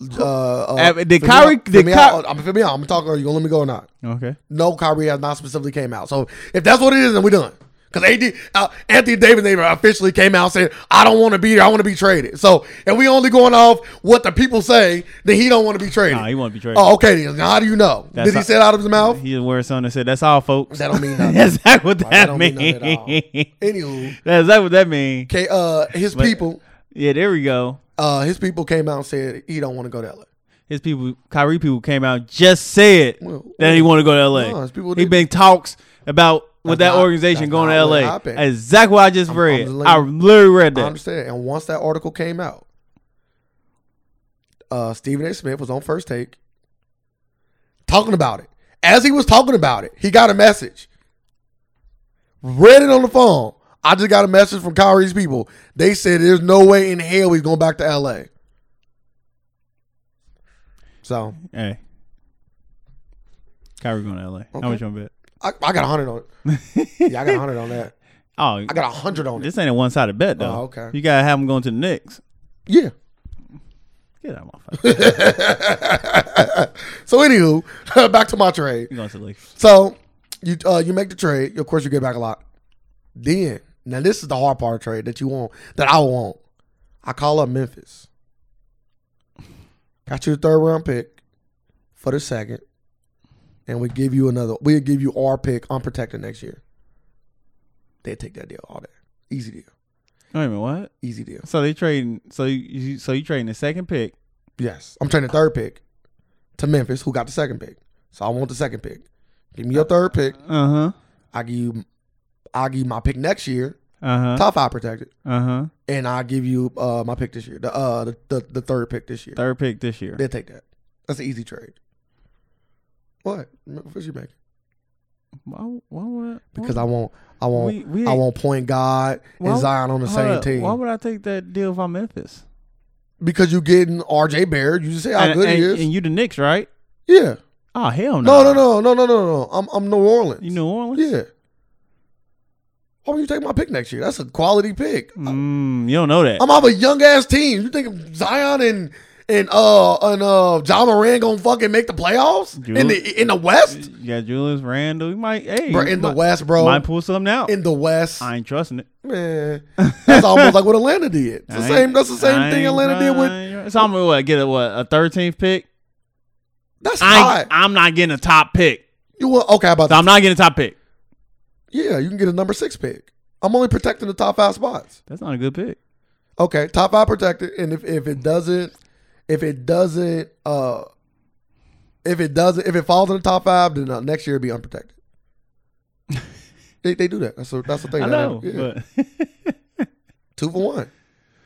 Speaker 2: Uh, uh,
Speaker 1: Uh, did
Speaker 2: for me,
Speaker 1: Kyrie-
Speaker 2: for
Speaker 1: did
Speaker 2: me,
Speaker 1: Ky-
Speaker 2: I- I'm for me, I'm talking. Are you gonna let me go or not?
Speaker 1: Okay.
Speaker 2: No, Kyrie has not specifically came out. So if that's what it is, then we're done. Because AD uh, Anthony Davis never officially came out saying, "I don't want to be there. I want to be traded." So if we only going off what the people say, then he don't want to be traded.
Speaker 1: Nah, he won't be traded.
Speaker 2: Oh, okay. Then. Now, how do you know?
Speaker 1: That's
Speaker 2: Did he
Speaker 1: not-
Speaker 2: say it out of his mouth?
Speaker 1: He just wearing something that said, "That's all, folks."
Speaker 2: That
Speaker 1: [LAUGHS]
Speaker 2: don't mean nothing.
Speaker 1: That's not what that,
Speaker 2: that don't mean
Speaker 1: mean. [LAUGHS]
Speaker 2: nothing at all. Anywho,
Speaker 1: That's not what that mean.
Speaker 2: okay, uh, his people,
Speaker 1: Yeah, there we go.
Speaker 2: uh, his people came out and said he don't want to go to LA.
Speaker 1: His people, Kyrie people, came out just said
Speaker 2: Well,
Speaker 1: that he want to go to L.A.
Speaker 2: no, his people
Speaker 1: he
Speaker 2: did-
Speaker 1: been talks about with
Speaker 2: That's
Speaker 1: that
Speaker 2: not-
Speaker 1: organization
Speaker 2: that's
Speaker 1: going
Speaker 2: not
Speaker 1: to
Speaker 2: what
Speaker 1: L.A.
Speaker 2: happened.
Speaker 1: That's Exactly what I just read.
Speaker 2: just
Speaker 1: I
Speaker 2: letting
Speaker 1: literally read
Speaker 2: I
Speaker 1: that.
Speaker 2: understand. And once that article came out, uh, Stephen A. Smith was on first take talking about it. As he was talking about it, he got a message. Read it on the phone. I just got a message from Kyrie's people. They said there's no way in hell he's going back to LA. So
Speaker 1: Hey, Kyrie going to L.A.
Speaker 2: Okay.
Speaker 1: How much you want to bet?
Speaker 2: I, I got a hundred on it. yeah, I got a hundred on that.
Speaker 1: Oh,
Speaker 2: I got a hundred on it.
Speaker 1: this ain't a one sided bet though.
Speaker 2: Oh, okay.
Speaker 1: You gotta have him going to the Knicks.
Speaker 2: Yeah.
Speaker 1: Get out, motherfucker.
Speaker 2: [LAUGHS] So anywho, [LAUGHS] back to my trade.
Speaker 1: you going to the Lakers?
Speaker 2: So you uh, you make the trade. Of course, you get back a lot. Then now this is the hard part of trade that you want that I want. I call up Memphis. Got you a third round pick for the second, and we give you another. We'll give you our pick unprotected next year. They take that deal all day. Easy deal.
Speaker 1: Wait a minute, what?
Speaker 2: Easy deal.
Speaker 1: So they trading? So you- you so you trading the second pick?
Speaker 2: Yes, I'm trading the third pick to Memphis, who got the second pick. So I want the second pick. Give me your third pick.
Speaker 1: Uh huh.
Speaker 2: I give you, I give you my pick next year.
Speaker 1: Uh huh.
Speaker 2: Top five protected.
Speaker 1: Uh huh.
Speaker 2: and I give you uh, my pick this year, the uh the, the, the third pick this year.
Speaker 1: Third pick this year.
Speaker 2: They'll take that. That's an easy trade. What? What you making?
Speaker 1: Why, why would
Speaker 2: because I want I want
Speaker 1: We- we
Speaker 2: I
Speaker 1: ain't-
Speaker 2: want point God
Speaker 1: Why-
Speaker 2: and Zion on the
Speaker 1: hold
Speaker 2: same
Speaker 1: up,
Speaker 2: team.
Speaker 1: Why would I take that deal if I'm Memphis?
Speaker 2: because you getting RJ Barrett, you just say how
Speaker 1: and,
Speaker 2: good
Speaker 1: and,
Speaker 2: he is.
Speaker 1: and you the Knicks, right?
Speaker 2: yeah.
Speaker 1: Oh hell
Speaker 2: No,
Speaker 1: no.
Speaker 2: no, no, no, no, no, no. I'm I'm New Orleans.
Speaker 1: You New Orleans?
Speaker 2: Yeah. Why would you take my pick next year? That's a quality pick.
Speaker 1: Mm, you don't know that.
Speaker 2: I'm on a young ass team. You think Zion and and uh and uh John Moran gonna fucking make the playoffs in the in the West,
Speaker 1: you got Julius Randle. You might hey
Speaker 2: bro?
Speaker 1: you
Speaker 2: In the
Speaker 1: might,
Speaker 2: West, bro.
Speaker 1: might pull something out.
Speaker 2: in the West,
Speaker 1: I ain't trusting it. [LAUGHS]
Speaker 2: man. That's almost like what Atlanta did. It's the
Speaker 1: I
Speaker 2: same.
Speaker 1: ain't-
Speaker 2: That's the same
Speaker 1: I
Speaker 2: thing
Speaker 1: ain't
Speaker 2: Atlanta did with.
Speaker 1: trying- It's almost what get a what a thirteenth pick.
Speaker 2: That's
Speaker 1: I
Speaker 2: high.
Speaker 1: ain't- I'm not getting a top pick.
Speaker 2: You want okay about
Speaker 1: So
Speaker 2: that?
Speaker 1: I'm not getting a top pick.
Speaker 2: Yeah, you can get a number six pick. I'm only protecting the top five spots.
Speaker 1: That's not a good pick.
Speaker 2: Okay, top five protected, and if, if it doesn't, if it doesn't, uh, if it doesn't, if it falls in the top five, then uh, next year it'll
Speaker 1: [LAUGHS]
Speaker 2: be unprotected. they, they do that. That's a, that's the thing.
Speaker 1: I
Speaker 2: that
Speaker 1: know,
Speaker 2: happened. Yeah.
Speaker 1: but [LAUGHS]
Speaker 2: two for one.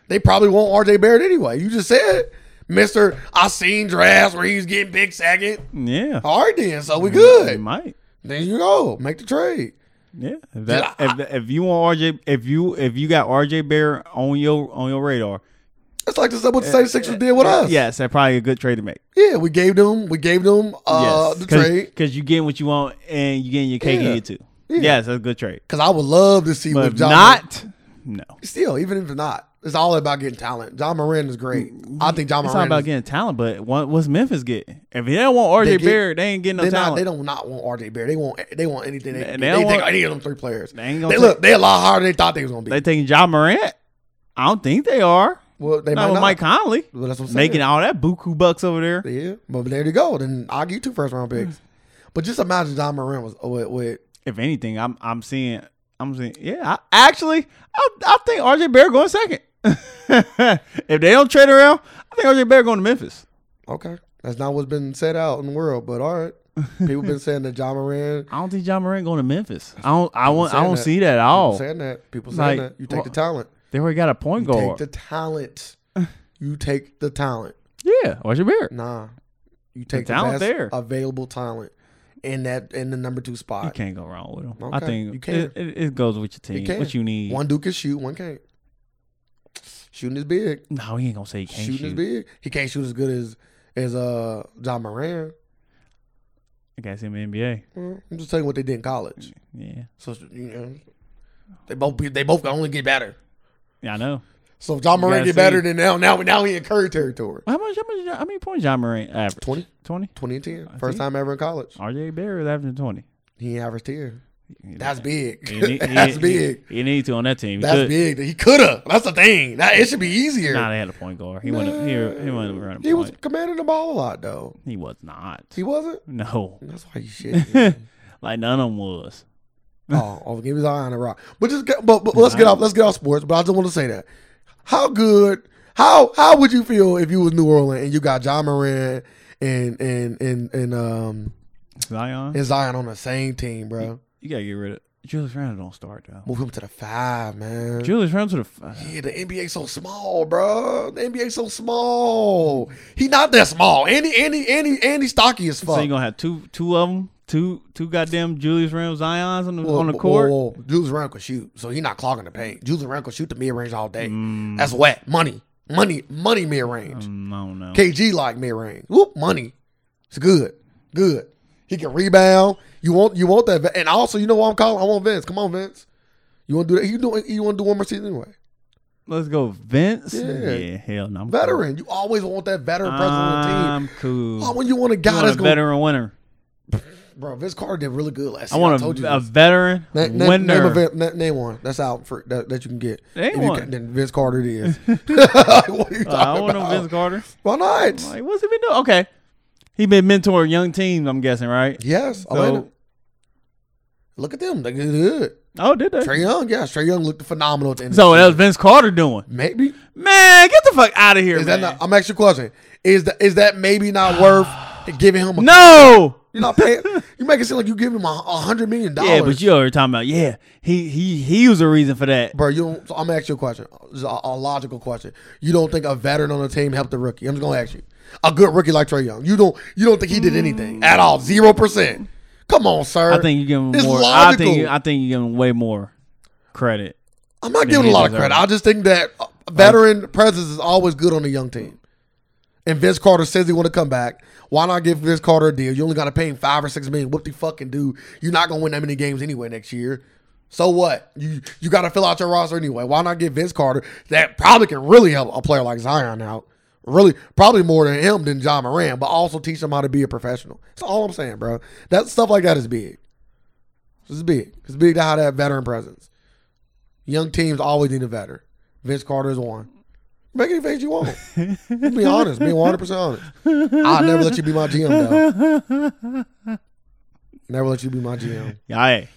Speaker 2: They probably want RJ Barrett anyway. You just said, Mister, I seen drafts where he's getting big second.
Speaker 1: yeah,
Speaker 2: All right, then, so we
Speaker 1: It
Speaker 2: Oh, good.
Speaker 1: might.
Speaker 2: There you go. Make the trade.
Speaker 1: Yeah, if that, if, that- if you want RJ, if you if you got RJ Bear on your on your radar,
Speaker 2: That's like the, what the same Sixers did with us.
Speaker 1: yes, that's probably a good trade to make.
Speaker 2: Yeah, we gave them we gave them uh
Speaker 1: yes,
Speaker 2: the trade.
Speaker 1: because you getting what you want and you getting your cake
Speaker 2: Yeah,
Speaker 1: and eat it too. Yes, that's a good trade.
Speaker 2: Cause I would love to see
Speaker 1: But
Speaker 2: what
Speaker 1: if
Speaker 2: John
Speaker 1: not, no,
Speaker 2: still, even if not, it's all about getting talent. John Moran is great. I think John
Speaker 1: it's
Speaker 2: Moran
Speaker 1: not about
Speaker 2: is,
Speaker 1: getting talent. But what, what's Memphis getting? If they don't want
Speaker 2: They
Speaker 1: RJ
Speaker 2: get-
Speaker 1: Bear, they ain't getting no
Speaker 2: they not
Speaker 1: talent.
Speaker 2: they don't not want RJ Barrett. They want they want anything they,
Speaker 1: They
Speaker 2: they,
Speaker 1: don't
Speaker 2: take
Speaker 1: want-
Speaker 2: any of them three players.
Speaker 1: They ain't
Speaker 2: They
Speaker 1: gonna take-
Speaker 2: look, they a lot harder than they thought they was gonna be.
Speaker 1: They taking John Morant? I don't think they are.
Speaker 2: well they
Speaker 1: Not
Speaker 2: might
Speaker 1: with
Speaker 2: not.
Speaker 1: Mike Conley
Speaker 2: Well, that's what I'm saying.
Speaker 1: making all that buku bucks over there.
Speaker 2: yeah, but there you go. Then I'll give you two first round
Speaker 1: [SIGHS]
Speaker 2: picks. But just imagine John Moran was uh, with, with
Speaker 1: If anything, I'm I'm seeing I'm seeing yeah. I, actually, I I think RJ Bear going second. [LAUGHS] if they don't trade around, I think RJ Bear going to Memphis.
Speaker 2: okay. That's not what's been said out in the world,
Speaker 1: [LAUGHS]
Speaker 2: but all right. People been saying that John Moran
Speaker 1: I don't think John Morant going to Memphis. I don't I won't, I
Speaker 2: saying
Speaker 1: don't
Speaker 2: that.
Speaker 1: see that at
Speaker 2: People
Speaker 1: all.
Speaker 2: saying that. People
Speaker 1: Oh. Like,
Speaker 2: saying that. You take
Speaker 1: well,
Speaker 2: the talent.
Speaker 1: They already got a point
Speaker 2: Take
Speaker 1: guard. [LAUGHS]
Speaker 2: the talent. You take the talent.
Speaker 1: yeah, RJ Bear.
Speaker 2: Nah. You take the,
Speaker 1: talent
Speaker 2: best
Speaker 1: there.
Speaker 2: available talent in that in the number two
Speaker 1: You
Speaker 2: spot.
Speaker 1: can't go wrong with him. I
Speaker 2: Okay,
Speaker 1: think
Speaker 2: you can.
Speaker 1: It, it, it goes with your
Speaker 2: You
Speaker 1: team,
Speaker 2: can.
Speaker 1: what you need.
Speaker 2: One dude can shoot, one can't. Shooting is big.
Speaker 1: no, he ain't gonna say he can't
Speaker 2: Shooting is
Speaker 1: shoot.
Speaker 2: big. He can't shoot as good as as uh John Moran.
Speaker 1: I guess him in the NBA.
Speaker 2: Well, I'm just telling you what they did in
Speaker 1: Mm.
Speaker 2: college.
Speaker 1: Yeah,
Speaker 2: So you know they both be- they both can only get better.
Speaker 1: yeah, I know.
Speaker 2: So if John Moran
Speaker 1: gotta
Speaker 2: get
Speaker 1: see.
Speaker 2: better than now, now now he in Curry territory.
Speaker 1: How much? How much? How many points John Morant average?
Speaker 2: 20?
Speaker 1: Twenty.
Speaker 2: 20 and 10.
Speaker 1: I see.
Speaker 2: First time ever in college.
Speaker 1: RJ Barrett is averaging twenty.
Speaker 2: He averaged 10. That's big. [LAUGHS]
Speaker 1: He need- he-
Speaker 2: That's big.
Speaker 1: He, he needs to on that team. He
Speaker 2: That's
Speaker 1: could-
Speaker 2: big. He could have. That's the thing. That it should be easier.
Speaker 1: Nah, they had a point guard. He wouldn't. He, he wouldn't run a
Speaker 2: he was
Speaker 1: point.
Speaker 2: commanding the ball a lot though.
Speaker 1: he was not. [LAUGHS]
Speaker 2: He wasn't.
Speaker 1: no,
Speaker 2: That's why
Speaker 1: [LAUGHS]
Speaker 2: he shit.
Speaker 1: like none of them was.
Speaker 2: oh, oh, give his eye on the rock. But just get, but, but let's get off let's get off sports. But I just want to say that how good how how would you feel if you was New Orleans and you got John Moran and and and and um
Speaker 1: Zion,
Speaker 2: and Zion on the same team, bro?
Speaker 1: you gotta get rid of Julius Randle. Don't start though.
Speaker 2: Move him to the five, man.
Speaker 1: Julius Randle to the. f-
Speaker 2: Yeah, the NBA so small, bro. The NBA so small. He not that small. Andy, Andy, Andy, Andy stocky as fuck.
Speaker 1: So you gonna have two, two of them, two, two goddamn Julius Randle Zion's on the
Speaker 2: Whoa,
Speaker 1: on the
Speaker 2: whoa,
Speaker 1: court.
Speaker 2: whoa, whoa. Julius Randle can shoot, so he not clogging the paint. Julius Randle can shoot the mid range all day. That's wet. Money, money, money mid range.
Speaker 1: Mm, I don't know.
Speaker 2: KG like mid range. Whoop, money. It's good, good. He can rebound. You want you want that, and also you know what I'm calling. I want Vince. Come on, Vince. You want to do that? You do you want to do one more season anyway?
Speaker 1: Let's go, Vince.
Speaker 2: Yeah.
Speaker 1: Yeah, hell no. I'm cool.
Speaker 2: Veteran. You always want that veteran presence on the team.
Speaker 1: I'm cool.
Speaker 2: Oh, when you want a
Speaker 1: Um, You
Speaker 2: guy
Speaker 1: want a
Speaker 2: that's going,
Speaker 1: veteran winner.
Speaker 2: bro, Vince Carter did really good last
Speaker 1: I
Speaker 2: year. I,
Speaker 1: want
Speaker 2: told you
Speaker 1: a, a
Speaker 2: this.
Speaker 1: veteran
Speaker 2: Na- na-
Speaker 1: winner.
Speaker 2: Name, a vet- na- name one that's out for that, that you can get.
Speaker 1: Name
Speaker 2: If you
Speaker 1: one.
Speaker 2: can- then Vince Carter
Speaker 1: [LAUGHS]
Speaker 2: it is. [LAUGHS] what are you talking
Speaker 1: Uh, I want to know
Speaker 2: [LAUGHS] about?
Speaker 1: Vince Carter.
Speaker 2: Why not?
Speaker 1: Like, what's he been doing? Okay, he been mentoring young teams. I'm guessing, right?
Speaker 2: yes, Atlanta.
Speaker 1: So,
Speaker 2: Look at them. They did good.
Speaker 1: oh, did they?
Speaker 2: Trey Young, yeah, Trey Young looked phenomenal at the end. of
Speaker 1: So
Speaker 2: the
Speaker 1: that was
Speaker 2: season.
Speaker 1: Vince Carter doing.
Speaker 2: maybe
Speaker 1: Man, get the fuck out of here,
Speaker 2: is that
Speaker 1: man.
Speaker 2: not? I'm asking you a question. Is that is that maybe not
Speaker 1: [SIGHS]
Speaker 2: worth giving him? a
Speaker 1: no.
Speaker 2: You're not paying. You make it seem like you give him a a hundred million dollars.
Speaker 1: Yeah, but you already talking about. Yeah, he he he was the reason for that.
Speaker 2: Bro, you don't, so I'm gonna ask you a question. It's a, a logical question. You don't think a veteran on the team helped the rookie? I'm just gonna ask you. A good rookie like Trey Young, you don't you don't think he did anything at all? Zero percent. Come on, sir.
Speaker 1: I think you give him
Speaker 2: It's
Speaker 1: more. I
Speaker 2: logical.
Speaker 1: think you- I think you give him way more credit.
Speaker 2: I'm not giving a
Speaker 1: he
Speaker 2: lot of
Speaker 1: deserves
Speaker 2: credit.
Speaker 1: it.
Speaker 2: I just think that uh, veteran presence is always good on the young team. And Vince Carter says he want to come back. Why not give Vince Carter a deal? You only got to pay him five or six million. What the fucking do? You're not gonna win that many games anyway next year. So what? You you got to fill out your roster anyway. Why not give Vince Carter that probably can really help a player like Zion out? Really, probably more than him than John Moran, but also teach him how to be a professional. That's all I'm saying, bro. That stuff like that is big. It's big. It's big to have that veteran presence. Young teams always need a veteran. Vince Carter is one. Make any face you want. Just be honest. Be 100% honest. I'll never let you be my GM, though. Never let you be my GM.
Speaker 1: Yeah, hey,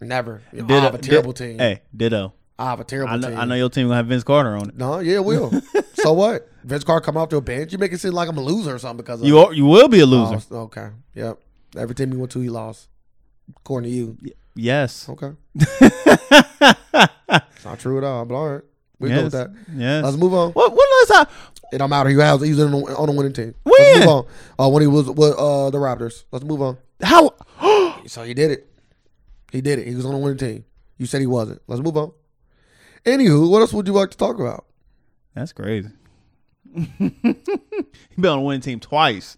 Speaker 2: Never. I
Speaker 1: ditto-
Speaker 2: have a terrible
Speaker 1: di-
Speaker 2: team.
Speaker 1: Hey, ditto.
Speaker 2: I have a terrible
Speaker 1: I know,
Speaker 2: team.
Speaker 1: I know your team gonna have Vince Carter on it.
Speaker 2: No, yeah, it will. so what? Vince Carter come off to a bench. You make it seem like I'm a loser or something because of
Speaker 1: You are, you will be a
Speaker 2: Oh,
Speaker 1: loser.
Speaker 2: Okay. Yep. Every team you went to, he lost. According to you.
Speaker 1: Yes. [LAUGHS]
Speaker 2: Okay. It's not true at all, but all right. We go
Speaker 1: yes.
Speaker 2: with that.
Speaker 1: Yes.
Speaker 2: Let's move on.
Speaker 1: What? What was I?
Speaker 2: It don't matter. He has he's in, on a winning team.
Speaker 1: When?
Speaker 2: Let's move on. Uh, when he was with uh, the Raptors. Let's move on.
Speaker 1: How? [GASPS]
Speaker 2: So he did it. He did it. He was on a winning team. You said he wasn't. Let's move on. Anywho, what else would you like to talk about?
Speaker 1: That's crazy. [LAUGHS] he been on a winning team twice.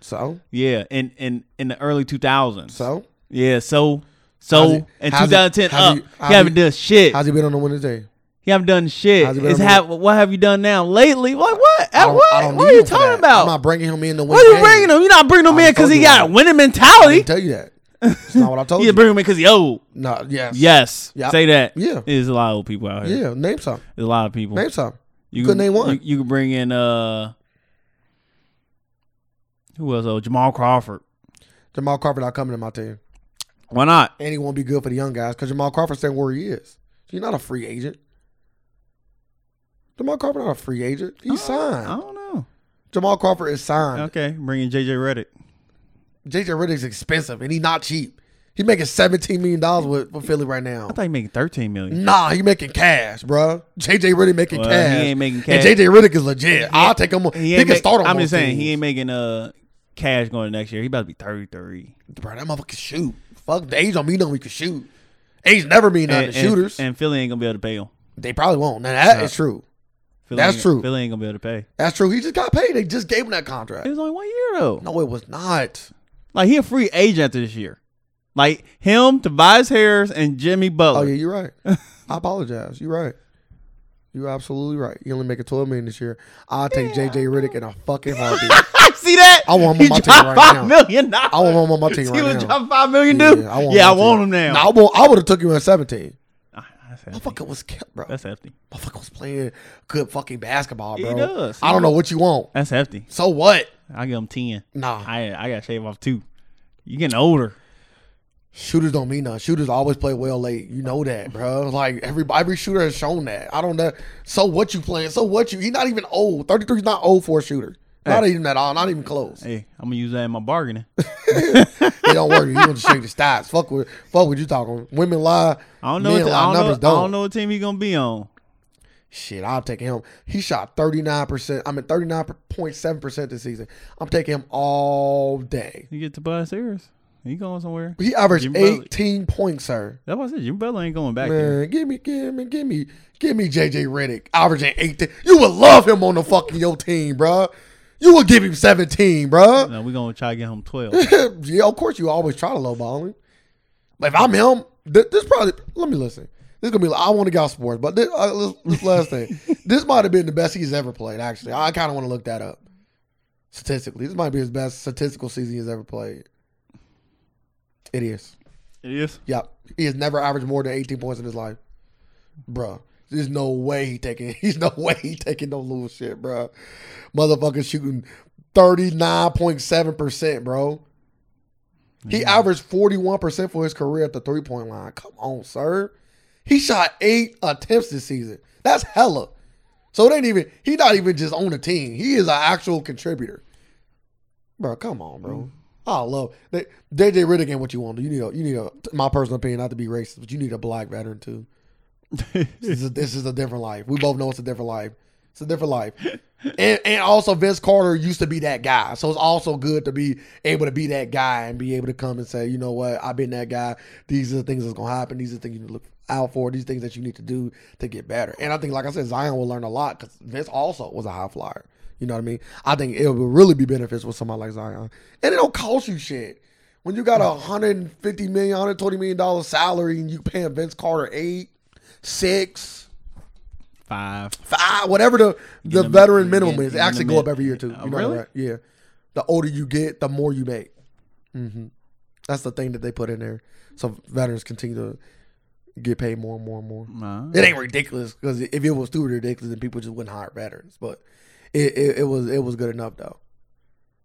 Speaker 2: So,
Speaker 1: Yeah, in in in the early 2000s.
Speaker 2: so
Speaker 1: yeah, so
Speaker 2: How's
Speaker 1: so
Speaker 2: it-
Speaker 1: in
Speaker 2: how's it-
Speaker 1: 2010 up,
Speaker 2: how's it-
Speaker 1: uh, he,
Speaker 2: how's
Speaker 1: haven't
Speaker 2: it-
Speaker 1: done shit.
Speaker 2: how's he been on a winning team?
Speaker 1: He haven't done shit.
Speaker 2: How's it been
Speaker 1: It's
Speaker 2: on
Speaker 1: have what have you done now lately? Like what?
Speaker 2: I
Speaker 1: At
Speaker 2: don't- I
Speaker 1: what?
Speaker 2: don't
Speaker 1: What
Speaker 2: need
Speaker 1: are you
Speaker 2: him for
Speaker 1: talking
Speaker 2: that. I'm
Speaker 1: about?
Speaker 2: not bringing him in to win.
Speaker 1: What are you
Speaker 2: games.
Speaker 1: bringing him? You're not bringing him
Speaker 2: I
Speaker 1: in because
Speaker 2: told
Speaker 1: he
Speaker 2: you
Speaker 1: got
Speaker 2: that.
Speaker 1: a winning
Speaker 2: I
Speaker 1: mentality.
Speaker 2: didn't tell you that. It's not
Speaker 1: [LAUGHS]
Speaker 2: what I told
Speaker 1: You
Speaker 2: you.
Speaker 1: just bring him in because he old.
Speaker 2: no, yes.
Speaker 1: Yes.
Speaker 2: Yeah.
Speaker 1: Say that.
Speaker 2: Yeah.
Speaker 1: There's a lot of old people out here.
Speaker 2: Yeah. Name some.
Speaker 1: There's a lot of people.
Speaker 2: Name some.
Speaker 1: You
Speaker 2: couldn't name one.
Speaker 1: You, you can bring in uh who else? Oh, Jamal Crawford.
Speaker 2: Jamal Crawford not coming to my team.
Speaker 1: Why not?
Speaker 2: And he won't be good for the young guys because Jamal Crawford staying where he is. He's not a free agent. Jamal Crawford not a free agent.
Speaker 1: Uh,
Speaker 2: He's signed.
Speaker 1: I don't know.
Speaker 2: Jamal Crawford is signed.
Speaker 1: Okay, bring in JJ Reddick.
Speaker 2: JJ Riddick's expensive and he not cheap. He making seventeen million dollars with, with Philly right now.
Speaker 1: I thought he making thirteen million.
Speaker 2: Nah, he making cash, bro. JJ Riddick making
Speaker 1: Well, he
Speaker 2: cash.
Speaker 1: ain't making
Speaker 2: And
Speaker 1: cash.
Speaker 2: JJ Riddick is legit. I'll take him. on- He,
Speaker 1: ain't
Speaker 2: can
Speaker 1: make-
Speaker 2: start on.
Speaker 1: I'm
Speaker 2: both
Speaker 1: just saying he ain't
Speaker 2: teams.
Speaker 1: making uh cash going next year. He about to be thirty three.
Speaker 2: bro. That motherfucker can shoot. Fuck, the age don't mean nothing. We can shoot. Age never mean nothing.
Speaker 1: And,
Speaker 2: to shooters,
Speaker 1: and, and Philly ain't gonna be able to pay him.
Speaker 2: they probably won't. Now that is true.
Speaker 1: Philly
Speaker 2: That's
Speaker 1: ain't-
Speaker 2: true.
Speaker 1: Philly ain't gonna be able to pay.
Speaker 2: That's true. He just got paid. They just gave him that
Speaker 1: It
Speaker 2: contract.
Speaker 1: was only one year though.
Speaker 2: No, it was not.
Speaker 1: Like he a free agent this year. Like him, Tobias Harris, and Jimmy
Speaker 2: Oh
Speaker 1: Butler.
Speaker 2: yeah, you're [LAUGHS] right. I apologize. You're right. You're absolutely right. You only make a 12 million this year. I'll take JJ Riddick in a fucking heartbeat.
Speaker 1: I [LAUGHS] see that.
Speaker 2: I want him on
Speaker 1: he
Speaker 2: my team
Speaker 1: dropped
Speaker 2: right
Speaker 1: five
Speaker 2: now.
Speaker 1: million dollars.
Speaker 2: I want him [LAUGHS] on my team
Speaker 1: See
Speaker 2: right
Speaker 1: what
Speaker 2: now.
Speaker 1: drop five million do? Yeah, I want,
Speaker 2: my team.
Speaker 1: him now.
Speaker 2: No, I, want- I would have took you at 17.
Speaker 1: That's hefty.
Speaker 2: Motherfucker was kept, bro.
Speaker 1: That's hefty.
Speaker 2: Motherfucker was playing good fucking basketball, bro.
Speaker 1: does.
Speaker 2: I don't know what you want.
Speaker 1: That's hefty.
Speaker 2: So what?
Speaker 1: I give him ten.
Speaker 2: Nah.
Speaker 1: I I gotta shave off two. You getting older.
Speaker 2: Shooters don't mean nothing. Shooters always play well late. You know that, bro. Like every every shooter has shown that. I don't know. So what you playing? So what you? He's not even old. Thirty three is not old for a shooter. Not even at all. Not even close.
Speaker 1: Hey, I'm gonna use that in my bargaining.
Speaker 2: It don't work. You want to shake the stats. Fuck with fuck what you talking. Women lie.
Speaker 1: I
Speaker 2: [LAUGHS]
Speaker 1: don't know.
Speaker 2: Men
Speaker 1: What,
Speaker 2: lie.
Speaker 1: I, don't know
Speaker 2: numbers
Speaker 1: I don't know what team he gonna be on.
Speaker 2: Shit, I'll take him. He shot thirty nine percent. I mean thirty nine point seven percent this season. I'm taking him all day.
Speaker 1: You get to Buzz Harris. He going somewhere.
Speaker 2: He averaged
Speaker 1: Jimmy Butler.
Speaker 2: eighteen points, sir.
Speaker 1: That's what I said. Jimmy Butler ain't going back there.
Speaker 2: Man, give me, give me, give me, give me JJ Reddick averaging 18. You would love him on the fucking your team, bruh. You would give him 17, bruh. [LAUGHS]
Speaker 1: No, we gonna try to get him twelve.
Speaker 2: yeah, of course you always try to lowball him. But if I'm him, th- this probably, let me listen. This is going to be, like, I want to get out sports, but this, uh, this, this last thing, this might have been the best he's ever played, actually. I kind of want to look that up statistically. This might be his best statistical season he's ever played. It is.
Speaker 1: it
Speaker 2: [LAUGHS]
Speaker 1: is.
Speaker 2: Yep. He has never averaged more than 18 points in his life. Bruh. There's no way he taking [LAUGHS] he's no way he taking no little shit, bruh. Motherfucker shooting 39.7%, bro. He averaged 41% for his career at the three point line. Come on, sir. He shot eight attempts this season. That's hella. So it ain't even he not even just on the team. He is an actual contributor. Bro, come on, bro. I love they, JJ Riddick ain't what you want. You need a you need a my personal opinion, not to be racist, but you need a black veteran too. this, is a, this is a different life. We both know it's a different life. It's a different life. And, and also Vince Carter used to be that guy. So it's also good to be able to be that guy and be able to come and say, you know what, I've been that guy. These are the things that's gonna happen. These are the things you need to look out for. These things that you need to do to get better. And I think, like I said, Zion will learn a lot because Vince also was a high flyer. You know what I mean? I think it would really be beneficial with somebody like Zion. And it don't cost you shit. When you got a hundred and fifty million, hundred twenty million dollar salary, and you paying Vince Carter eight, six,
Speaker 1: Five.
Speaker 2: five, whatever the the
Speaker 1: the-
Speaker 2: veteran minimum
Speaker 1: get
Speaker 2: is, it
Speaker 1: in the
Speaker 2: actually go
Speaker 1: mid-
Speaker 2: up every year too.
Speaker 1: Oh,
Speaker 2: You know
Speaker 1: really?
Speaker 2: that? Yeah. The older you get, the more you make. hmm That's the thing that they put in there, so veterans continue to get paid more and more and more.
Speaker 1: Uh,
Speaker 2: It ain't ridiculous because if it was too ridiculous, then people just wouldn't hire veterans. But it, it, it was it was good enough though.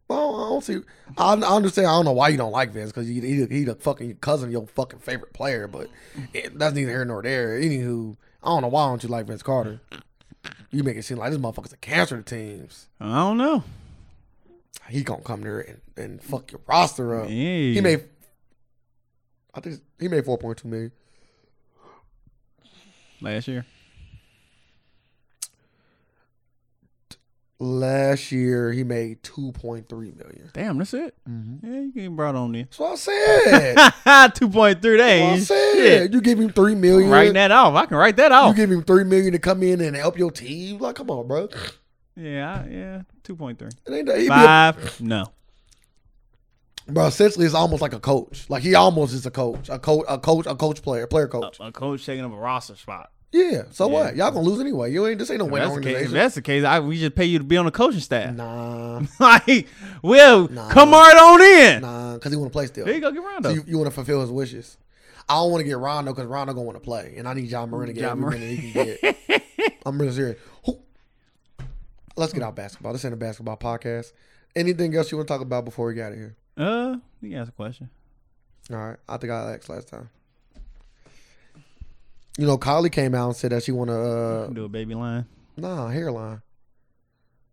Speaker 2: Well, I don't see. I, I understand. I don't know why you don't like Vince because he, he he the fucking cousin of your fucking favorite player. But it, that's neither here nor there. Anywho, I don't know why don't you like Vince Carter. You make it seem like this motherfucker's a cancer to teams.
Speaker 1: I don't know.
Speaker 2: He gonna come there and, and fuck your roster up.
Speaker 1: Yeah.
Speaker 2: He made, I think he made four point two million.
Speaker 1: last year.
Speaker 2: Last year he made two point three million.
Speaker 1: Damn, that's it.
Speaker 2: Mm-hmm.
Speaker 1: Yeah, you getting brought on there.
Speaker 2: That's what I said.
Speaker 1: [LAUGHS]
Speaker 2: That's
Speaker 1: Two point three
Speaker 2: what I
Speaker 1: days.
Speaker 2: said. You give him three million.
Speaker 1: Writing that off. I can write that
Speaker 2: You
Speaker 1: off.
Speaker 2: give him three million to come in and help your team. Like, come on, bro. It
Speaker 1: yeah, I- yeah. Two point three.
Speaker 2: ain't that. he be a-
Speaker 1: Five. No.
Speaker 2: Bro, essentially, it's almost like a coach. Like he almost is a coach, a coach, a coach, a coach player, player coach.
Speaker 1: A coach taking up a roster spot.
Speaker 2: Yeah. So
Speaker 1: Yeah.
Speaker 2: what? Y'all gonna lose anyway. You ain't. This ain't no
Speaker 1: If
Speaker 2: winning
Speaker 1: that's, the case, if
Speaker 2: organization.
Speaker 1: that's the case, I, we just pay you to be on the coaching staff.
Speaker 2: Nah,
Speaker 1: [LAUGHS] like, well,
Speaker 2: Nah.
Speaker 1: come right on in.
Speaker 2: nah, because he want to play still.
Speaker 1: There you go, get Rondo.
Speaker 2: So you, want to fulfill his wishes. I don't want to get Rondo because Rondo gonna want to play, and I need John Moran to get
Speaker 1: Ja
Speaker 2: every minute he can get. I'm really serious. Who, let's get out basketball. This ain't a basketball podcast. Anything else you want to talk about before we get out of here?
Speaker 1: uh, you can ask a question.
Speaker 2: All right, I think I asked last time. You know, Kylie came out and said that she want to uh,
Speaker 1: do a baby line.
Speaker 2: nah hairline.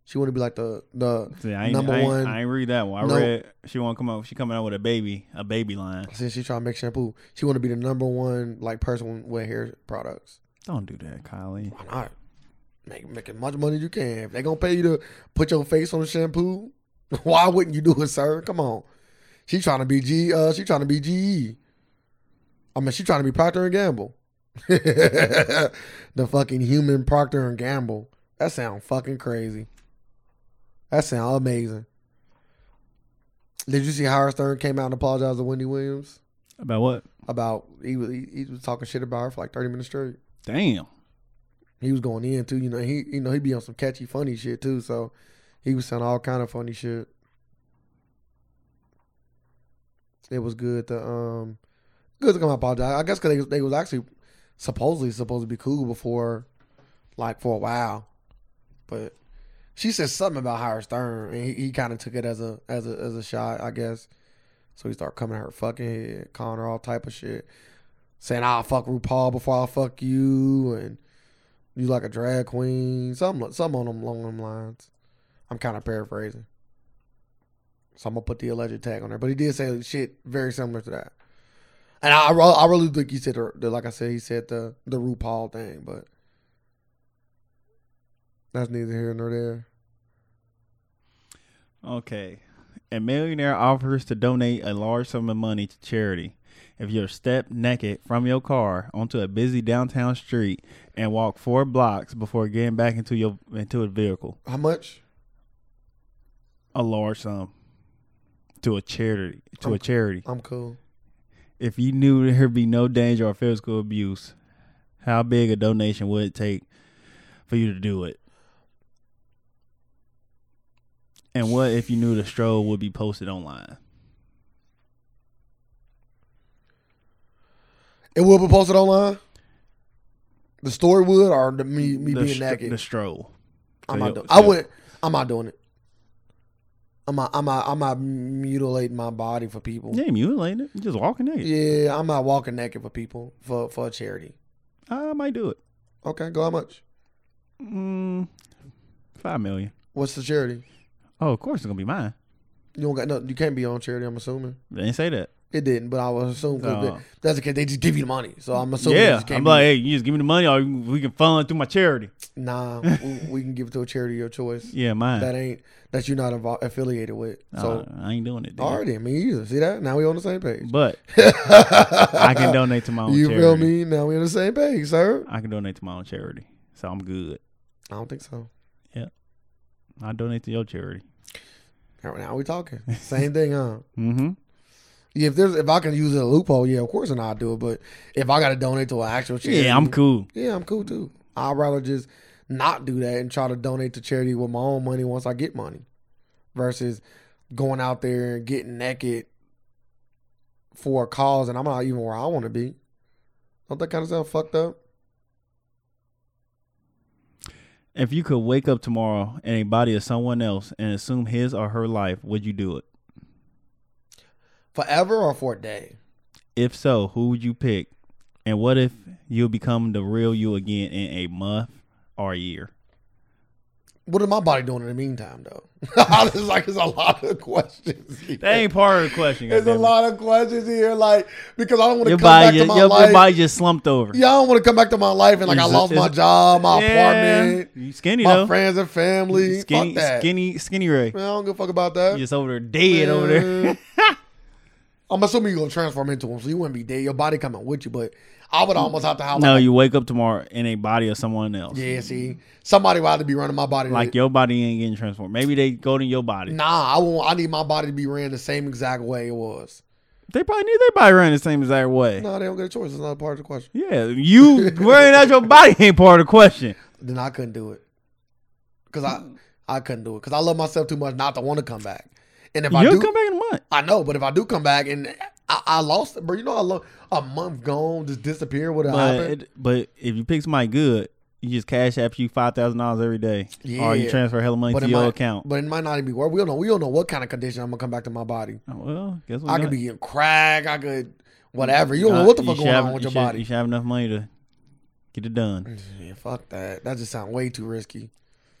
Speaker 2: She want to be like the the
Speaker 1: See, I ain't,
Speaker 2: number
Speaker 1: I ain't,
Speaker 2: one-
Speaker 1: I ain't read that one. I
Speaker 2: No.
Speaker 1: read she want to come out. She coming out with a baby, a baby line.
Speaker 2: since she trying to make shampoo. She want to be the number one like person with hair products.
Speaker 1: Don't do that, Kylie.
Speaker 2: Why not? Make make as much money as you can. If they gonna pay you to put your face on shampoo, [LAUGHS] why wouldn't you do it, sir? Come on. She trying to be G. Uh, she trying to be GE. I mean, she trying to be Procter and Gamble. [LAUGHS] the fucking human Procter and Gamble. That sound fucking crazy. That sound amazing. Did you see Howard Stern came out and apologized to Wendy Williams
Speaker 1: About what?
Speaker 2: about he was he, he was talking shit about her for like thirty minutes straight
Speaker 1: Damn.
Speaker 2: he was going in too. You know, he you know he be on some catchy, funny shit too. So he was saying all kind of funny shit. It was good to um good to come out apologize. I guess because they, they was actually supposedly supposed to be cool before, like for a while, but she said something about Howard Stern, and he, he kind of took it as a as a as a shot, I guess. So he started coming at her fucking head, calling her all type of shit, saying I'll fuck RuPaul before I fuck you, and you like a drag queen, something some on them along them lines. I'm kind of paraphrasing, so I'm gonna put the alleged tag on there. But he did say shit very similar to that, and I I re- I really think he said the, the like I said he said the the RuPaul thing, but that's neither here nor there.
Speaker 1: Okay. A millionaire offers to donate a large sum of money to charity. If you're step naked from your car onto a busy downtown street and walk four blocks before getting back into your into a vehicle,
Speaker 2: How much?
Speaker 1: a large sum to a charity to a charity.
Speaker 2: I'm cool.
Speaker 1: If you knew there'd be no danger or physical abuse, how big a donation would it take for you to do it? And what if you knew the stroll would be posted online?
Speaker 2: It will be posted online. The story would, or the, me me
Speaker 1: the
Speaker 2: being
Speaker 1: str-
Speaker 2: naked.
Speaker 1: The stroll.
Speaker 2: I'm
Speaker 1: So
Speaker 2: not.
Speaker 1: yo-
Speaker 2: Do- I
Speaker 1: so-
Speaker 2: wouldn't. I'm not doing it. I'm not. I'm not. I'm not mutilating my body for people.
Speaker 1: You ain't mutilating it. You just walking naked.
Speaker 2: Yeah, I'm not walking naked for people for for a charity.
Speaker 1: I might do it.
Speaker 2: Okay, go how much?
Speaker 1: Mm, five million.
Speaker 2: What's the charity?
Speaker 1: Oh, of course it's gonna be mine.
Speaker 2: You don't got no. You can't be on charity. I'm assuming.
Speaker 1: They didn't say that.
Speaker 2: It didn't, but I would assume 'cause
Speaker 1: No.
Speaker 2: they- that's the case. They just give you the money, so I'm assuming. they
Speaker 1: yeah,
Speaker 2: just
Speaker 1: I'm
Speaker 2: gave
Speaker 1: like,
Speaker 2: you-
Speaker 1: hey, you just give me the money, or we can fund through my charity. [LAUGHS]
Speaker 2: nah, we, we can give it to a charity of your choice.
Speaker 1: Yeah, mine.
Speaker 2: That ain't that you're not involved, affiliated with. So
Speaker 1: Uh, I ain't doing it. dude.
Speaker 2: already, me either. See that? Now we on the same page.
Speaker 1: But I can donate to my own
Speaker 2: [LAUGHS] you
Speaker 1: charity.
Speaker 2: feel me? Now we on the same page, sir.
Speaker 1: I can donate to my own charity, so I'm good.
Speaker 2: I don't think so.
Speaker 1: I donate to your charity.
Speaker 2: Now, now we talking. Same thing, huh?
Speaker 1: Mm-hmm.
Speaker 2: Yeah, if there's if I can use it a loophole, yeah, of course, and I'll do it. But if I got to donate to an actual charity,
Speaker 1: Yeah, I'm cool.
Speaker 2: Yeah, I'm cool too. I'd rather just not do that and try to donate to charity with my own money once I get money, versus going out there and getting naked for a cause and I'm not even where I want to be. Don't that kind of sound fucked up?
Speaker 1: If you could wake up tomorrow in a body of someone else and assume his or her life, would you do it?
Speaker 2: Forever or for a day?
Speaker 1: If so, who would you pick? And what if you become the real you again in a month or a year?
Speaker 2: What is my body doing in the meantime, though? [LAUGHS] it's like it's a lot of [LAUGHS] questions. here.
Speaker 1: That ain't part of the question.
Speaker 2: There's a
Speaker 1: goddammit.
Speaker 2: lot of questions here, like because I don't want to
Speaker 1: Your
Speaker 2: come back
Speaker 1: body, your,
Speaker 2: to my
Speaker 1: your- your
Speaker 2: life.
Speaker 1: body just slumped over.
Speaker 2: yeah, I don't want to come back to my life and like I
Speaker 1: Is it-
Speaker 2: lost
Speaker 1: is
Speaker 2: my
Speaker 1: it-
Speaker 2: job, my
Speaker 1: Yeah.
Speaker 2: apartment,
Speaker 1: You skinny
Speaker 2: my
Speaker 1: though.
Speaker 2: friends and family.
Speaker 1: skinny,
Speaker 2: fuck that.
Speaker 1: skinny, skinny Ray.
Speaker 2: Man, I don't give a fuck about that.
Speaker 1: You just over there dead over [LAUGHS] there.
Speaker 2: Man. I'm assuming you're gonna transform into him, so you wouldn't be dead. Your body coming with you, but I would almost have to have
Speaker 1: no,
Speaker 2: like,
Speaker 1: you wake up tomorrow in a body of someone else.
Speaker 2: [LAUGHS] yeah, see, somebody would have to be running my body.
Speaker 1: Like your body ain't getting transformed. Maybe they go to your body.
Speaker 2: nah, I want. I need my body to be ran the same exact way it was.
Speaker 1: They probably need their body ran the same exact way.
Speaker 2: No, they don't get a choice. It's not a part of the question.
Speaker 1: Yeah,
Speaker 2: [LAUGHS]
Speaker 1: you wearing out your body ain't part of the question.
Speaker 2: Then I couldn't do it because I I couldn't do it because I love myself too much not to want to come back. And if I
Speaker 1: You'll
Speaker 2: do,
Speaker 1: come back in a month.
Speaker 2: I know, but if I do come back and I, I lost it, bro, you know I lo- a month gone, just disappear, what
Speaker 1: But,
Speaker 2: happened?
Speaker 1: but if you pick somebody good, you just cash after you five thousand dollars every day, or you
Speaker 2: Yeah.
Speaker 1: transfer hella money
Speaker 2: But
Speaker 1: to
Speaker 2: it
Speaker 1: your
Speaker 2: might,
Speaker 1: account.
Speaker 2: but it might not even be worth. We don't know. We don't know what kind of condition I'm gonna come back to my body.
Speaker 1: Oh, well, guess what?
Speaker 2: I
Speaker 1: you
Speaker 2: could
Speaker 1: got?
Speaker 2: be getting crack. I could whatever. You don't
Speaker 1: Uh,
Speaker 2: know what the
Speaker 1: you
Speaker 2: fuck
Speaker 1: should
Speaker 2: going
Speaker 1: have-
Speaker 2: on with
Speaker 1: you
Speaker 2: your
Speaker 1: should-
Speaker 2: body. Mm.
Speaker 1: You should have enough money to get it done,
Speaker 2: [LAUGHS] Yeah, fuck that. That just sounds way too risky.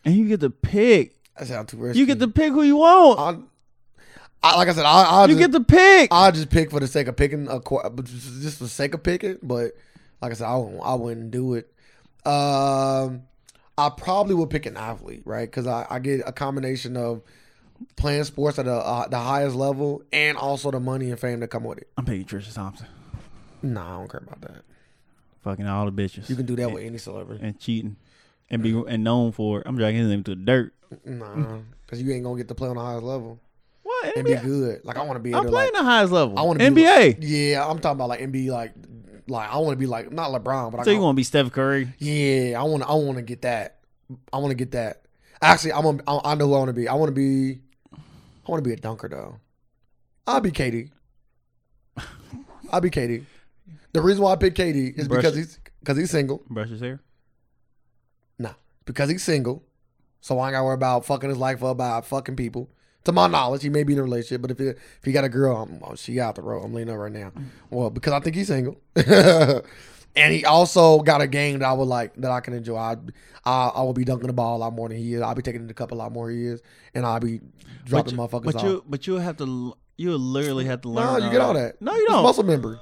Speaker 1: and you get to pick.
Speaker 2: That sounds too risky.
Speaker 1: You get to pick who you want.
Speaker 2: I, I like I said. I I
Speaker 1: You
Speaker 2: just,
Speaker 1: get to pick.
Speaker 2: I just pick for the sake of picking a qu- just for the sake of picking. But like I said, I wouldn't, I wouldn't do it. Um, I probably would pick an athlete, right? Because I, I get a combination of playing sports at a, uh, the highest level and also the money and fame that come with it.
Speaker 1: I'm picking Trisha Thompson.
Speaker 2: Nah, I don't care about that.
Speaker 1: Fucking all the bitches.
Speaker 2: You can do that with any celebrity.
Speaker 1: and cheating and be and known for it. I'm dragging his name to the dirt.
Speaker 2: Nah, because you ain't gonna get to play on the highest level
Speaker 1: What
Speaker 2: and be
Speaker 1: NBA?
Speaker 2: good. Like I want to be.
Speaker 1: I'm
Speaker 2: able to,
Speaker 1: playing
Speaker 2: like,
Speaker 1: the highest level.
Speaker 2: I want to be
Speaker 1: NBA.
Speaker 2: yeah, I'm talking about like NBA. Like, like I want to be like not LeBron, but I
Speaker 1: so you
Speaker 2: can-
Speaker 1: want to be Steph Curry?
Speaker 2: Yeah, I want to. I want to get that. I want to get that. Actually, I'm. A, I I know who I want to be. I want to be. I want to be a dunker though. I'll be Katie. I'll be Katie. The reason why I picked Katie is
Speaker 1: Brush
Speaker 2: because
Speaker 1: it.
Speaker 2: he's because he's single.
Speaker 1: Brush his hair.
Speaker 2: No, because he's single. So I ain't gotta worry about fucking his life up by fucking people. To my knowledge, he may be in a relationship, but if he, if he got a girl, I'm, oh, she out the road. I'm leaning up right
Speaker 1: Mm-hmm.
Speaker 2: now. Well, because I think he's single, [LAUGHS] and he also got a game that I would like that I can enjoy. I, I I will be dunking the ball a lot more than he is. I'll be taking the cup a lot more than he is, and I'll be dropping
Speaker 1: but you,
Speaker 2: motherfuckers
Speaker 1: but
Speaker 2: off.
Speaker 1: you but you have to l- you literally have to learn.
Speaker 2: nah, you get all that.
Speaker 1: No, you
Speaker 2: It's
Speaker 1: don't.
Speaker 2: muscle memory.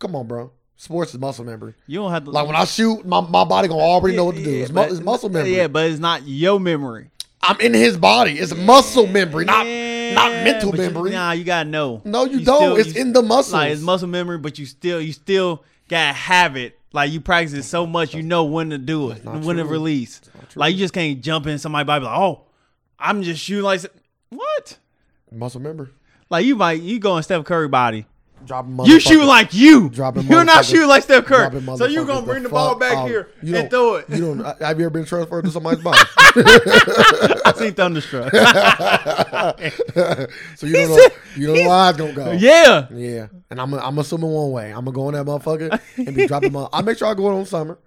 Speaker 2: Come on, bro. Sports is muscle memory.
Speaker 1: You don't have to
Speaker 2: Like when I shoot, my, my body gonna already know what to do. It's, mu-
Speaker 1: but-
Speaker 2: it's muscle memory.
Speaker 1: Yeah, but it's not your memory.
Speaker 2: I'm in his body. It's muscle memory, not
Speaker 1: Yeah,
Speaker 2: not mental
Speaker 1: but you-
Speaker 2: memory.
Speaker 1: nah, you gotta know.
Speaker 2: no, you, don't.
Speaker 1: still-
Speaker 2: it's
Speaker 1: you-
Speaker 2: in the muscles.
Speaker 1: like it's muscle memory, but you still you still gotta have it. Like you practice it so much, you know when to do it,
Speaker 2: not
Speaker 1: and when to
Speaker 2: true.
Speaker 1: release. Like you just can't jump in somebody's body like, oh, I'm just shooting like what?
Speaker 2: muscle memory.
Speaker 1: Like you might you go in Steph Curry body.
Speaker 2: Dropping
Speaker 1: You shoot like you.
Speaker 2: Dropping
Speaker 1: You're not
Speaker 2: motherfuckers-
Speaker 1: shooting like Steph Curry.
Speaker 2: dropping
Speaker 1: So you
Speaker 2: motherfuckers
Speaker 1: gonna bring the,
Speaker 2: the
Speaker 1: ball
Speaker 2: fuck
Speaker 1: back
Speaker 2: out.
Speaker 1: here
Speaker 2: You
Speaker 1: and
Speaker 2: don't-
Speaker 1: throw [LAUGHS] it.
Speaker 2: You don't. Have you ever been transferred
Speaker 1: [LAUGHS]
Speaker 2: to somebody's body? [LAUGHS]
Speaker 1: I seen Thunderstruck.
Speaker 2: so you don't know. You don't know where eyes gonna
Speaker 1: [LAUGHS]
Speaker 2: go.
Speaker 1: yeah.
Speaker 2: Yeah. And I'm. I'm assuming one way. I'm gonna go in
Speaker 1: [LAUGHS]
Speaker 2: that motherfucker and be dropping. My, I make sure I go in on summer.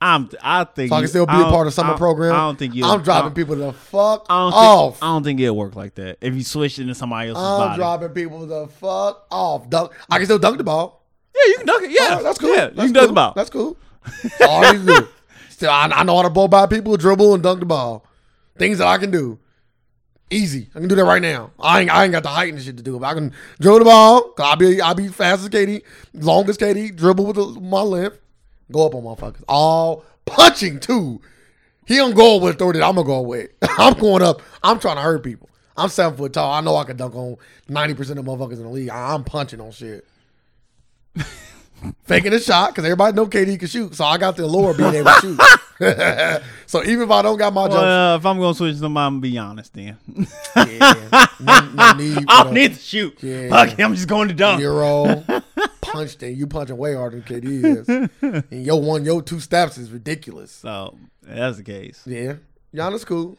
Speaker 1: I'm I think
Speaker 2: So I can
Speaker 1: you-
Speaker 2: still be a
Speaker 1: don't-
Speaker 2: part of
Speaker 1: I
Speaker 2: summer
Speaker 1: don't-
Speaker 2: program.
Speaker 1: I don't think you
Speaker 2: I'm dropping
Speaker 1: I
Speaker 2: people the fuck
Speaker 1: don't, I don't
Speaker 2: off.
Speaker 1: think, I don't think it'll work like that if you switch into somebody else's
Speaker 2: I'm
Speaker 1: body.
Speaker 2: dropping people the fuck off. Dunk. I can still dunk the ball.
Speaker 1: Yeah, you can dunk it. Yeah,
Speaker 2: Oh, that's cool.
Speaker 1: Yeah,
Speaker 2: that's
Speaker 1: you can
Speaker 2: cool.
Speaker 1: dunk the ball.
Speaker 2: That's cool. That's all I need to do. Still, I, I know how to blow by people, dribble, and dunk the ball. Things that I can do. Easy. I can do that right now. I ain't, I ain't got the height and shit to do it. But I can dribble the ball. 'cause I'll be I'll be fast as KD, long as KD, dribble with the, my length, go up on motherfuckers. All punching too. He don't go with throw that I'm gonna go with. [LAUGHS] I'm going up. I'm trying to hurt people. I'm seven foot tall. I know I can dunk on ninety percent of motherfuckers in the league. I- I'm punching
Speaker 1: [LAUGHS]
Speaker 2: on shit. Faking a shot because everybody know KD can shoot, so I got the allure of being able to shoot. [LAUGHS] so even if I don't got my jump
Speaker 1: Well, if I'm gonna switch somebody, I'm gonna be honest then. [LAUGHS]
Speaker 2: yeah. No, no need for
Speaker 1: I don't
Speaker 2: the
Speaker 1: need to shoot.
Speaker 2: Yeah.
Speaker 1: Fuck it, I'm just going to dunk. [LAUGHS]
Speaker 2: Euro punched in. You punching way harder than KD is. And your one, your two steps is ridiculous.
Speaker 1: So if that's the case.
Speaker 2: Yeah. Giannis cool.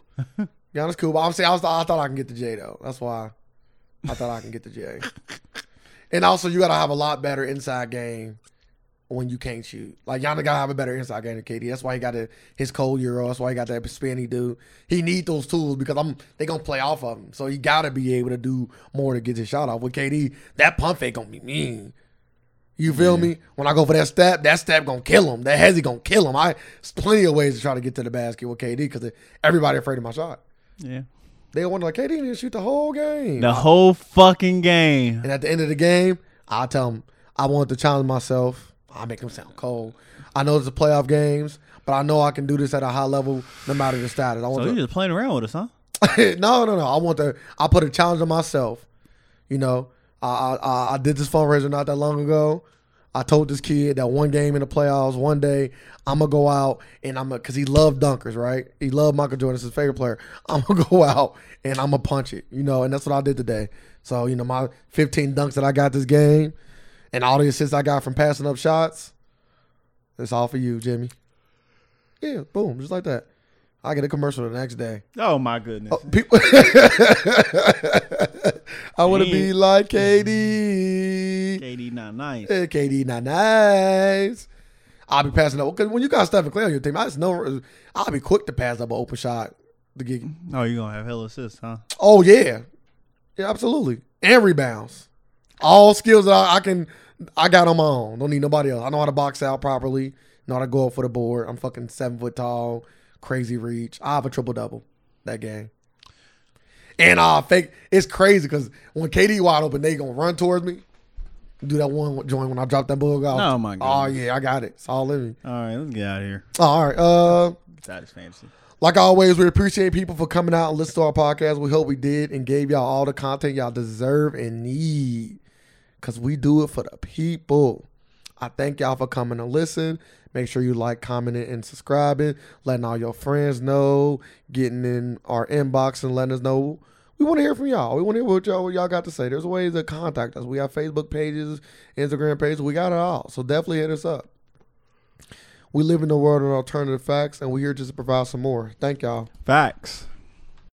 Speaker 2: Giannis cool. But I'm saying I, was, I thought I can get the J though. That's why I thought I can get the J. And also you gotta have a lot better inside game when you can't shoot. Like Giannis gotta have a better inside game than KD. That's why he got a, his cold Euro. That's why he got that spin he do. He need those tools because I'm they gonna play off of him. So he gotta be able to do more to get his shot off. With KD, that pump fake gonna be mean. You feel me? When I go for that step, that step gonna kill him. That hezzy gonna kill him. I there's plenty of ways to try to get to the basket with KD because everybody afraid of my shot.
Speaker 1: Yeah.
Speaker 2: They wonder like KD didn't shoot the whole game.
Speaker 1: The whole fucking game.
Speaker 2: And at the end of the game, I tell him I want to challenge myself. I make him sound cold. I know it's the playoff games, but I know I can do this at a high level no matter the status. I want
Speaker 1: So
Speaker 2: to
Speaker 1: Oh, you just playing around with us, huh?
Speaker 2: [LAUGHS] no, no, no. I want to. I put a challenge on myself. You know, I, I- I I did this fundraiser not that long ago. I told this kid that one game in the playoffs, one day I'm gonna go out and I'm gonna cause he loved dunkers, right? He loved Michael Jordan, it's his favorite player. [LAUGHS] I'm gonna go out and I'm gonna punch it, you know, and that's what I did today. So you know, my 15 dunks that I got this game, and all the assists I got from passing up shots, it's all for you, Jimmy. Yeah, boom, just like that. I get a commercial the next day.
Speaker 1: Oh my goodness.
Speaker 2: People, [LAUGHS] I want to be
Speaker 1: Damn. [LAUGHS]
Speaker 2: like KD.
Speaker 1: KD not nice.
Speaker 2: Eh, KD not nice. I'll be passing up because when you got Stephen Clay on your team, I just know I'll be quick to pass up an open shot to get.
Speaker 1: Oh, you're gonna have hella assists, huh?
Speaker 2: Oh yeah, yeah, absolutely, and rebounds. All skills that I, I can, I got on my own. Don't need nobody else. I know how to box out properly. Know how to go up for the board. I'm fucking seven foot tall, crazy reach. I have a triple double that game. And I fake. It's crazy because when KD wide open, they gonna run towards me. Do that one joint when I drop that bug off.
Speaker 1: Oh, my
Speaker 2: Oh
Speaker 1: goodness.
Speaker 2: yeah, I got it. It's all in me.
Speaker 1: All right, let's get out of here.
Speaker 2: Oh, all right. Uh.
Speaker 1: Besides fantasy.
Speaker 2: Like always, we appreciate people for coming out and listening to our podcast. We hope we did and gave y'all all the content y'all deserve and need. Cause we do it for the people. I thank y'all for coming to listen. Make sure you like, commenting, and subscribing, letting all your friends know, getting in our inbox and letting us know. We want to hear from y'all. We want to hear what y'all what y'all got to say. There's ways to contact us. We have Facebook pages, Instagram pages. We got it all. So definitely hit us up. We live in the world of alternative facts, and we're here just to provide some more. Thank y'all.
Speaker 1: Facts.